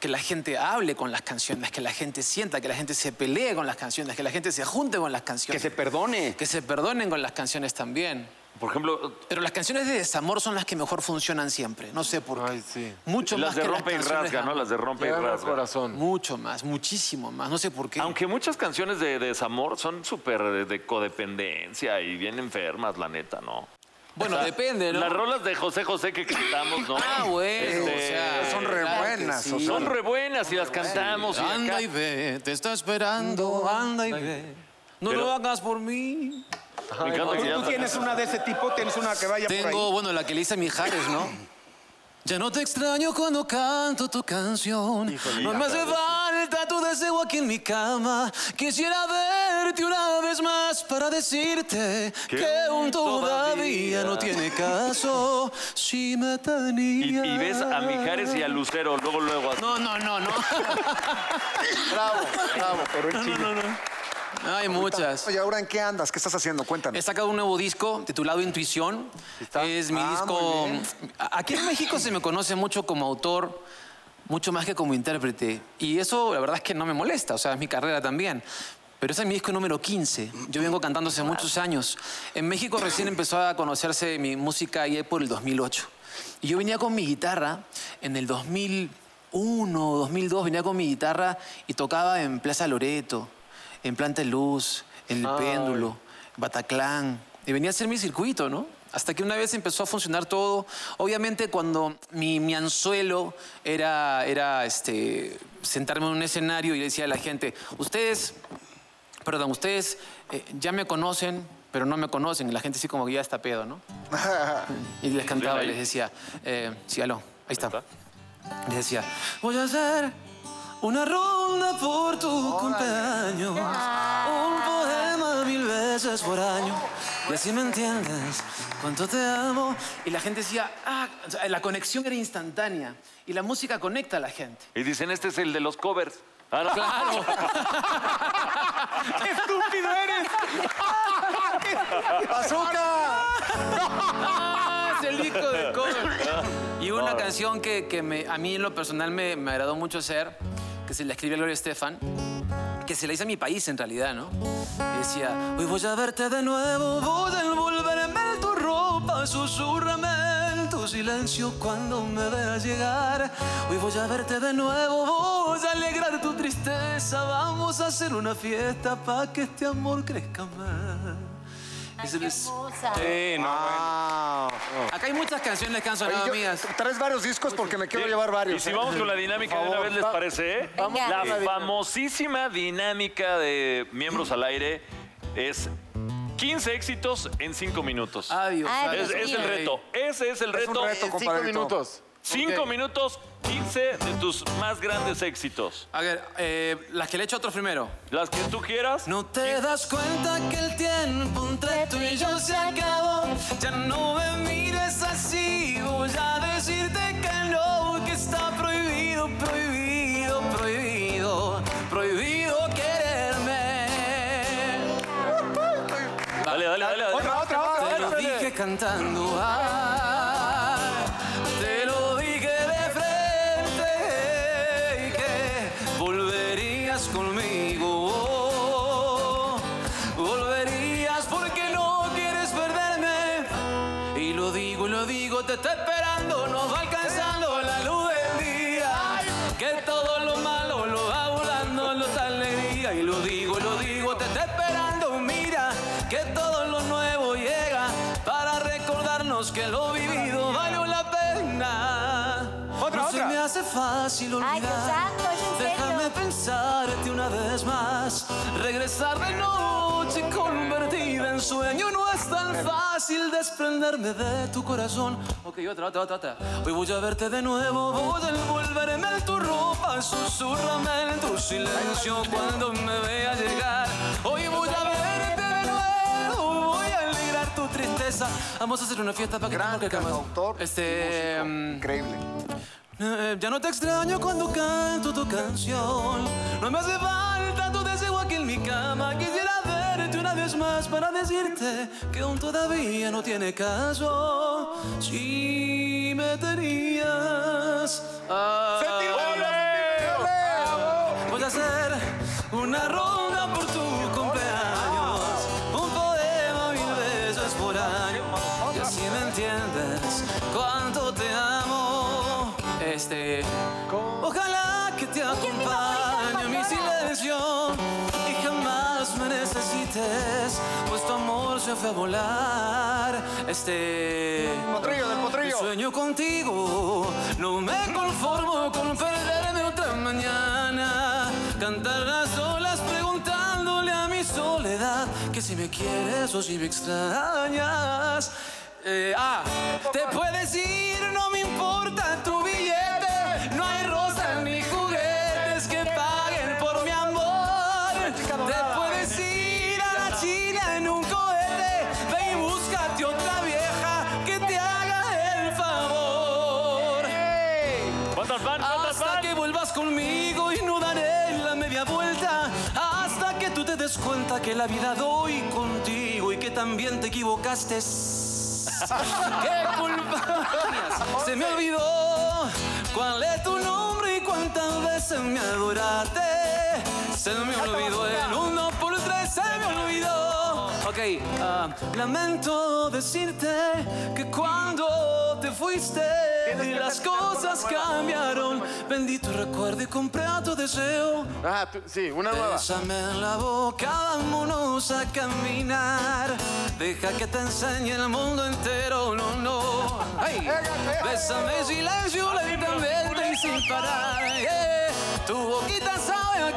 [SPEAKER 7] que la gente hable con las canciones, que la gente sienta, que la gente se pelee con las canciones, que la gente se junte con las
[SPEAKER 5] Que
[SPEAKER 7] canciones,
[SPEAKER 5] se perdone.
[SPEAKER 7] que se perdonen con las canciones también.
[SPEAKER 4] Por ejemplo,
[SPEAKER 7] Pero las canciones de desamor son las que mejor funcionan siempre. No sé por qué.
[SPEAKER 1] Ay, sí.
[SPEAKER 7] Mucho
[SPEAKER 4] las
[SPEAKER 7] más
[SPEAKER 4] de
[SPEAKER 7] que
[SPEAKER 4] rompe y
[SPEAKER 7] canciones de
[SPEAKER 4] rasga, ¿no?
[SPEAKER 7] amor.
[SPEAKER 4] Las de rompe y
[SPEAKER 1] Llegan al
[SPEAKER 4] rasga.
[SPEAKER 1] corazón.
[SPEAKER 7] Mucho más, muchísimo más. No sé por qué.
[SPEAKER 4] Aunque muchas canciones de desamor son súper de, de codependencia y bien enfermas, la neta, ¿no?
[SPEAKER 7] Bueno,
[SPEAKER 4] O sea,
[SPEAKER 7] depende, ¿no?
[SPEAKER 4] Las rolas de José José que cantamos, ¿no?
[SPEAKER 7] Ah, bueno.
[SPEAKER 4] Este,
[SPEAKER 7] o sea,
[SPEAKER 2] son re
[SPEAKER 7] claro que
[SPEAKER 2] buenas, o
[SPEAKER 7] sí.
[SPEAKER 2] sea,
[SPEAKER 4] son re buenas y las cantamos. y
[SPEAKER 7] Anda
[SPEAKER 4] acá-
[SPEAKER 7] y ve, te está esperando, anda y ve. No
[SPEAKER 4] Pero-
[SPEAKER 7] lo hagas por mí.
[SPEAKER 4] Me encanta que ya
[SPEAKER 5] ¿Tú tienes una de ese tipo? ¿Tienes una que vaya por
[SPEAKER 7] Tengo,
[SPEAKER 5] ahí?
[SPEAKER 7] bueno, la que le hice a Mijares, ¿no? Ya no te extraño cuando canto tu canción. no me hace falta tu deseo aquí en mi cama. Quisiera verte una vez más para decirte que un todavía no tiene caso. Si me
[SPEAKER 4] Y,
[SPEAKER 7] tenías.
[SPEAKER 4] y ves a Mijares y a Lucero luego, luego. así.
[SPEAKER 7] No, no, no, no.
[SPEAKER 2] Bravo, bravo.
[SPEAKER 7] Hay muchas.
[SPEAKER 2] Oye, ahora en qué andas? ¿Qué estás haciendo? Cuéntame.
[SPEAKER 7] He sacado un nuevo disco titulado Intuición. Es mi
[SPEAKER 2] Ah,
[SPEAKER 7] disco.
[SPEAKER 2] muy bien.
[SPEAKER 7] A- Aquí en México se me conoce mucho como autor, mucho más que como intérprete. Y eso, la verdad es que no me molesta, o sea, es mi carrera también. Pero ese es mi disco número 15. Yo vengo cantando hace muchos años. En México recién empezó a conocerse mi música ahí por el 2008. Y yo venía con mi guitarra en el 2001, 2002, venía con mi guitarra y tocaba en Plaza Loreto, en Planta de Luz, en El Péndulo, Bataclán. Y venía a hacer mi circuito, ¿no? Hasta que una vez empezó a funcionar todo. Obviamente cuando mi, mi anzuelo era, era este, sentarme en un escenario y le decía a la gente, ustedes, perdón, ustedes eh, ya me conocen, pero no me conocen. Y la gente así como que ya está pedo, ¿no? y les cantaba y les decía, eh, sí, aló, ahí está. Les decía, voy a hacer una ronda por tu cumpleaños. Un poema mil veces por año. Y así me entiendes cuánto te amo. Y la gente decía, ah, o sea, la conexión era instantánea. Y la música conecta a la gente.
[SPEAKER 4] Y dicen, este es el de los covers. Ah, no.
[SPEAKER 7] Claro.
[SPEAKER 5] ¡Estúpido eres!
[SPEAKER 7] Ah, es el disco de cover. Y una
[SPEAKER 5] Ah.
[SPEAKER 7] canción que, que me- a mí en lo personal me, me agradó mucho hacer, que se la escribí a Gloria Estefan, que se la hice a mi país en realidad, ¿no? Y decía, hoy voy a verte de nuevo, voy a envolverme en tu ropa, susurrame en tu silencio cuando me veas llegar. Hoy voy a verte de nuevo, voy a alegrar tu tristeza, vamos a hacer una fiesta para que este amor crezca más. Ese
[SPEAKER 6] qué
[SPEAKER 7] es-
[SPEAKER 6] hermosa.
[SPEAKER 5] Sí, no,
[SPEAKER 2] Ah.
[SPEAKER 7] Acá hay muchas canciones que han
[SPEAKER 2] Oye,
[SPEAKER 7] sonado
[SPEAKER 2] yo-
[SPEAKER 7] mías.
[SPEAKER 2] traes varios discos porque me quiero llevar varios.
[SPEAKER 4] Y si
[SPEAKER 2] ¿eh?
[SPEAKER 4] vamos con la dinámica de una vez, ¿les parece? eh?
[SPEAKER 6] Vamos
[SPEAKER 4] la
[SPEAKER 6] con la dinámica.
[SPEAKER 4] famosísima dinámica de miembros al aire es 15 éxitos en 5 minutos.
[SPEAKER 7] Adiós.
[SPEAKER 6] Ay,
[SPEAKER 4] es,
[SPEAKER 6] Dios
[SPEAKER 4] es el
[SPEAKER 6] mío.
[SPEAKER 4] reto. Ese es el
[SPEAKER 2] Es
[SPEAKER 4] reto.
[SPEAKER 2] un reto,
[SPEAKER 1] Cinco
[SPEAKER 2] compadrito.
[SPEAKER 1] minutos.
[SPEAKER 4] 5 minutos, 15 de tus más grandes éxitos.
[SPEAKER 7] A ver, eh, las que le he hecho a otros primero.
[SPEAKER 4] Las que tú quieras.
[SPEAKER 7] No te das cuenta que el tiempo entre tú y yo se acabó. Ya no me mires así. Voy a decirte que no, que está prohibido, prohibido, prohibido, prohibido quererme.
[SPEAKER 4] Dale, dale, dale. dale.
[SPEAKER 2] Otra, otra, otra.
[SPEAKER 7] Te lo dije cantando. ay, te lo dije de frente que volverías conmigo. Volverías porque no quieres perderme. Y lo digo y lo digo, te está esperando, nos va alcanzando la luz del día. Que todo lo malo lo va volando, lo tal alegría. Y lo digo y lo digo, te está esperando, mira, que todo lo nuevo llega para recordarnos que lo vivido valió la pena.
[SPEAKER 5] Otra,
[SPEAKER 7] no se
[SPEAKER 5] otra.
[SPEAKER 7] me hace fácil olvidar.
[SPEAKER 6] Ay, exacto, es en serio.
[SPEAKER 7] Déjame pensarte una vez más. Regresar de noche convertida en sueño no es tan fácil desprenderme de tu corazón. Ok, otra, otra, otra, otra. Hoy voy a verte de nuevo, voy a envolverme en tu ropa, susurrame en tu silencio cuando me vea llegar. Hoy voy a verte de nuevo, voy a alegrar tu tristeza. Vamos a hacer una fiesta para que
[SPEAKER 2] Gran
[SPEAKER 7] te marque
[SPEAKER 2] cantautor.
[SPEAKER 7] Este.
[SPEAKER 2] músico.
[SPEAKER 7] mm,
[SPEAKER 2] Increíble.
[SPEAKER 7] eh, Ya no te extraño cuando canto tu canción. No me hace falta tu deseo aquí en mi cama. Quisiera verte una vez más para decirte que aún todavía no tiene caso. Si me tenías. ah, Voy a hacer una ronda por tu cumpleaños. Un poema mil veces por año. cuánto te amo. Este. Ojalá que te
[SPEAKER 6] es mi favorita,
[SPEAKER 7] acompañe mi
[SPEAKER 6] Pandora.
[SPEAKER 7] silencio y jamás me necesites, pues tu amor se fue a volar. Este.
[SPEAKER 2] Potrillo, del potrillo.
[SPEAKER 7] Sueño contigo, no me conformo con perderme otra mañana. Cantar las olas preguntándole a mi soledad que si me quieres o si me extrañas. Eh, ah, te puedes ir, no me importa tu billete. No hay rosas ni juguetes que paguen por mi amor. Te puedes ir a la China en un cohete. Ve y búscate otra vieja que te haga el favor.
[SPEAKER 4] ¿Cuántas van? ¿Cuántas
[SPEAKER 7] Hasta
[SPEAKER 4] van?
[SPEAKER 7] que vuelvas conmigo y no daré la media vuelta. Hasta que tú te des cuenta que la vida doy contigo y que también te equivocaste. ¡Qué culpa! Se me olvidó cuál es tu nombre y cuántas veces me adoraste. Se me olvidó el uno por tres, se me olvidó. Ok, ah, lamento decirte que cuando te fuiste las cosas cambiaron. Bendito recuerdo y compra tu deseo.
[SPEAKER 1] Ajá, Ah, tú- sí, una nueva.
[SPEAKER 7] Bésame en la boca, vámonos a caminar. Deja que te enseñe el mundo entero, no, no. Ay, Bésame en silencio lentamente y sin parar. yeah. Tu boquita sabe a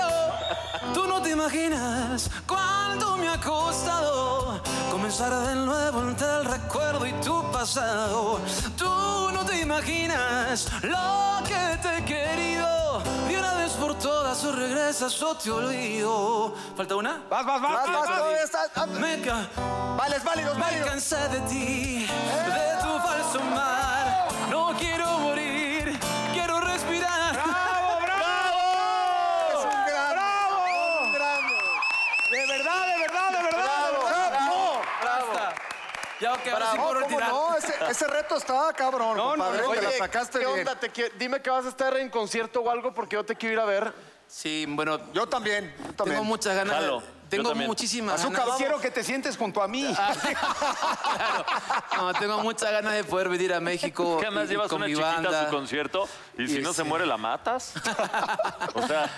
[SPEAKER 7] caramelo. Tú no te imaginas cuánto me ha costado comenzar de nuevo entre el recuerdo y tu pasado. Tú no te imaginas lo que te he querido. De una vez por todas o regresas o te olvido. ¿Falta una?
[SPEAKER 5] Vas, vas, vas.
[SPEAKER 2] Vas, vas, todavía estás. Ah,
[SPEAKER 7] Me ca-
[SPEAKER 2] Vales, válidos,
[SPEAKER 7] me
[SPEAKER 2] válidos.
[SPEAKER 7] cansé de ti, de
[SPEAKER 2] Eh.
[SPEAKER 7] tu falso mar. No quiero morir, quiero respirar.
[SPEAKER 2] Ah. Es un gran. ¡Bravo! Un gran.
[SPEAKER 5] De verdad, de verdad, de verdad.
[SPEAKER 2] ¡Bravo! ¡Bravo!
[SPEAKER 7] Basta. Ya, ok, ahora sí
[SPEAKER 2] No,
[SPEAKER 7] puedo
[SPEAKER 2] ¿cómo
[SPEAKER 7] retirar.
[SPEAKER 2] no? Ese, ese reto estaba cabrón, compadre. te la sacaste
[SPEAKER 1] ¿qué
[SPEAKER 2] bien.
[SPEAKER 1] onda? Te quie- Dime que vas a estar en concierto o algo porque yo te quiero ir a ver.
[SPEAKER 7] Sí, bueno,
[SPEAKER 2] Yo también, yo también.
[SPEAKER 7] tengo muchas ganas.
[SPEAKER 4] Jalo, yo
[SPEAKER 7] tengo
[SPEAKER 4] también.
[SPEAKER 7] muchísimas
[SPEAKER 2] Azúcar,
[SPEAKER 7] ganas.
[SPEAKER 5] Quiero que te sientes junto a mí.
[SPEAKER 7] Claro. No, tengo muchas ganas de poder venir a México.
[SPEAKER 4] ¿Qué más
[SPEAKER 7] y- y
[SPEAKER 4] llevas
[SPEAKER 7] con
[SPEAKER 4] una
[SPEAKER 7] mi
[SPEAKER 4] chiquita a
[SPEAKER 7] banda.
[SPEAKER 4] su concierto? Y si
[SPEAKER 7] Y
[SPEAKER 4] no se
[SPEAKER 7] sí.
[SPEAKER 4] muere, la matas. O sea,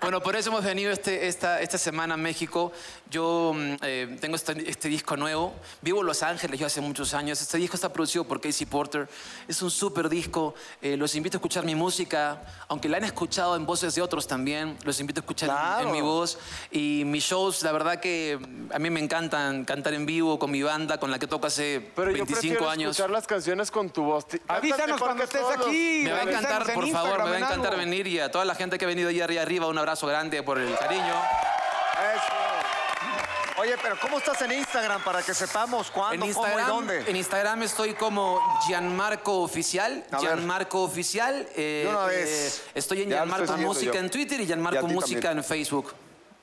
[SPEAKER 7] Bueno, por eso hemos venido este- esta, esta semana a México. Yo mm, eh, tengo este, este disco nuevo. Vivo en Los Ángeles yo hace muchos años. Este disco está producido por Casey Porter. Es un súper disco. Eh, los invito a escuchar mi música, aunque la han escuchado en voces de otros también. Los invito a escuchar en- en,
[SPEAKER 2] Claro.
[SPEAKER 7] mi voz. Y mis shows, la verdad que mm, a mí me encantan cantar en vivo con mi banda, con la que toco hace
[SPEAKER 1] Pero yo
[SPEAKER 7] 25
[SPEAKER 1] prefiero
[SPEAKER 7] años.
[SPEAKER 1] escuchar las canciones con tu voz. Te- cantas mejor
[SPEAKER 5] Avísanos
[SPEAKER 1] que
[SPEAKER 5] cuando estés
[SPEAKER 1] todos los-
[SPEAKER 5] aquí.
[SPEAKER 7] Me va a
[SPEAKER 5] avísanos
[SPEAKER 7] encantar,
[SPEAKER 5] en
[SPEAKER 7] por favor,
[SPEAKER 5] Instagram,
[SPEAKER 7] me va a
[SPEAKER 5] en
[SPEAKER 7] encantar
[SPEAKER 5] algo.
[SPEAKER 7] venir y a toda la gente que ha venido ahí arriba, arriba, un abrazo grande por el cariño.
[SPEAKER 2] Eso. Oye, pero ¿cómo estás en Instagram para que sepamos
[SPEAKER 7] En
[SPEAKER 2] cuándo, cómo y
[SPEAKER 7] Instagram,
[SPEAKER 2] dónde?
[SPEAKER 7] en Instagram estoy como Gianmarco Oficial.
[SPEAKER 2] A ver.
[SPEAKER 7] Gianmarco Oficial. eh,
[SPEAKER 2] De una
[SPEAKER 7] eh,
[SPEAKER 2] vez.
[SPEAKER 7] estoy en
[SPEAKER 5] Ya lo estoy
[SPEAKER 7] Gianmarco
[SPEAKER 5] siguiendo
[SPEAKER 7] Música
[SPEAKER 5] yo.
[SPEAKER 7] en Twitter y
[SPEAKER 5] Y a
[SPEAKER 7] Gianmarco
[SPEAKER 5] ti
[SPEAKER 7] Música
[SPEAKER 5] también.
[SPEAKER 7] en Facebook.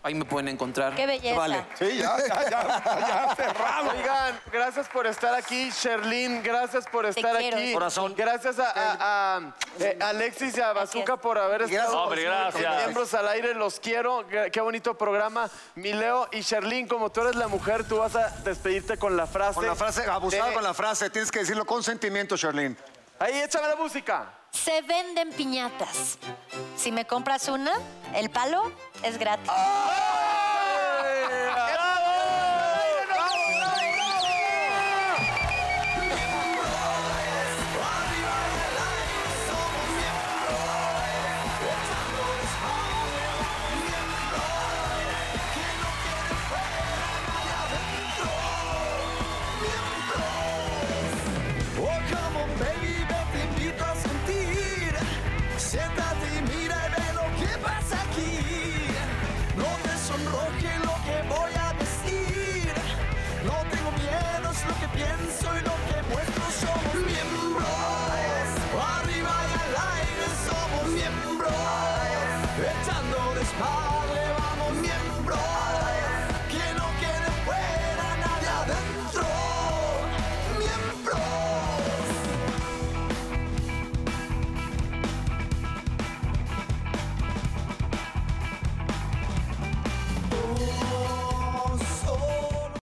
[SPEAKER 7] Ahí me pueden encontrar.
[SPEAKER 6] Qué belleza.
[SPEAKER 5] Sí, ya, ya, ya, ya cerramos.
[SPEAKER 1] Oigan, gracias por estar aquí, Sherlyn, gracias por estar
[SPEAKER 6] quiero.
[SPEAKER 1] aquí.
[SPEAKER 2] Corazón.
[SPEAKER 1] Gracias a, a- a, eh, Alexis y a Bazooka
[SPEAKER 6] Gracias.
[SPEAKER 1] por haber estado.
[SPEAKER 4] Hombre,
[SPEAKER 1] con
[SPEAKER 4] gracias.
[SPEAKER 1] Miembros al aire, los quiero. Gra- Qué bonito programa. Mi Leo y Sherlyn, como tú eres la mujer, tú vas a despedirte con la frase.
[SPEAKER 2] Con la frase, abusada
[SPEAKER 1] de-
[SPEAKER 2] con la frase, tienes que decirlo con sentimiento, Charlene.
[SPEAKER 1] Ahí, échame la música.
[SPEAKER 6] Se venden piñatas. Si me compras una, el palo es gratis.
[SPEAKER 8] Oh, come on, baby, yo te invito a sentir. Siéntate y mira y ve lo que pasa aquí. No te sonroje lo que voy a decir. No tengo miedo, es lo que pienso y lo que muestro. Somos miembros. Arriba y al aire somos miembros. Echando de espalda vamos miembros.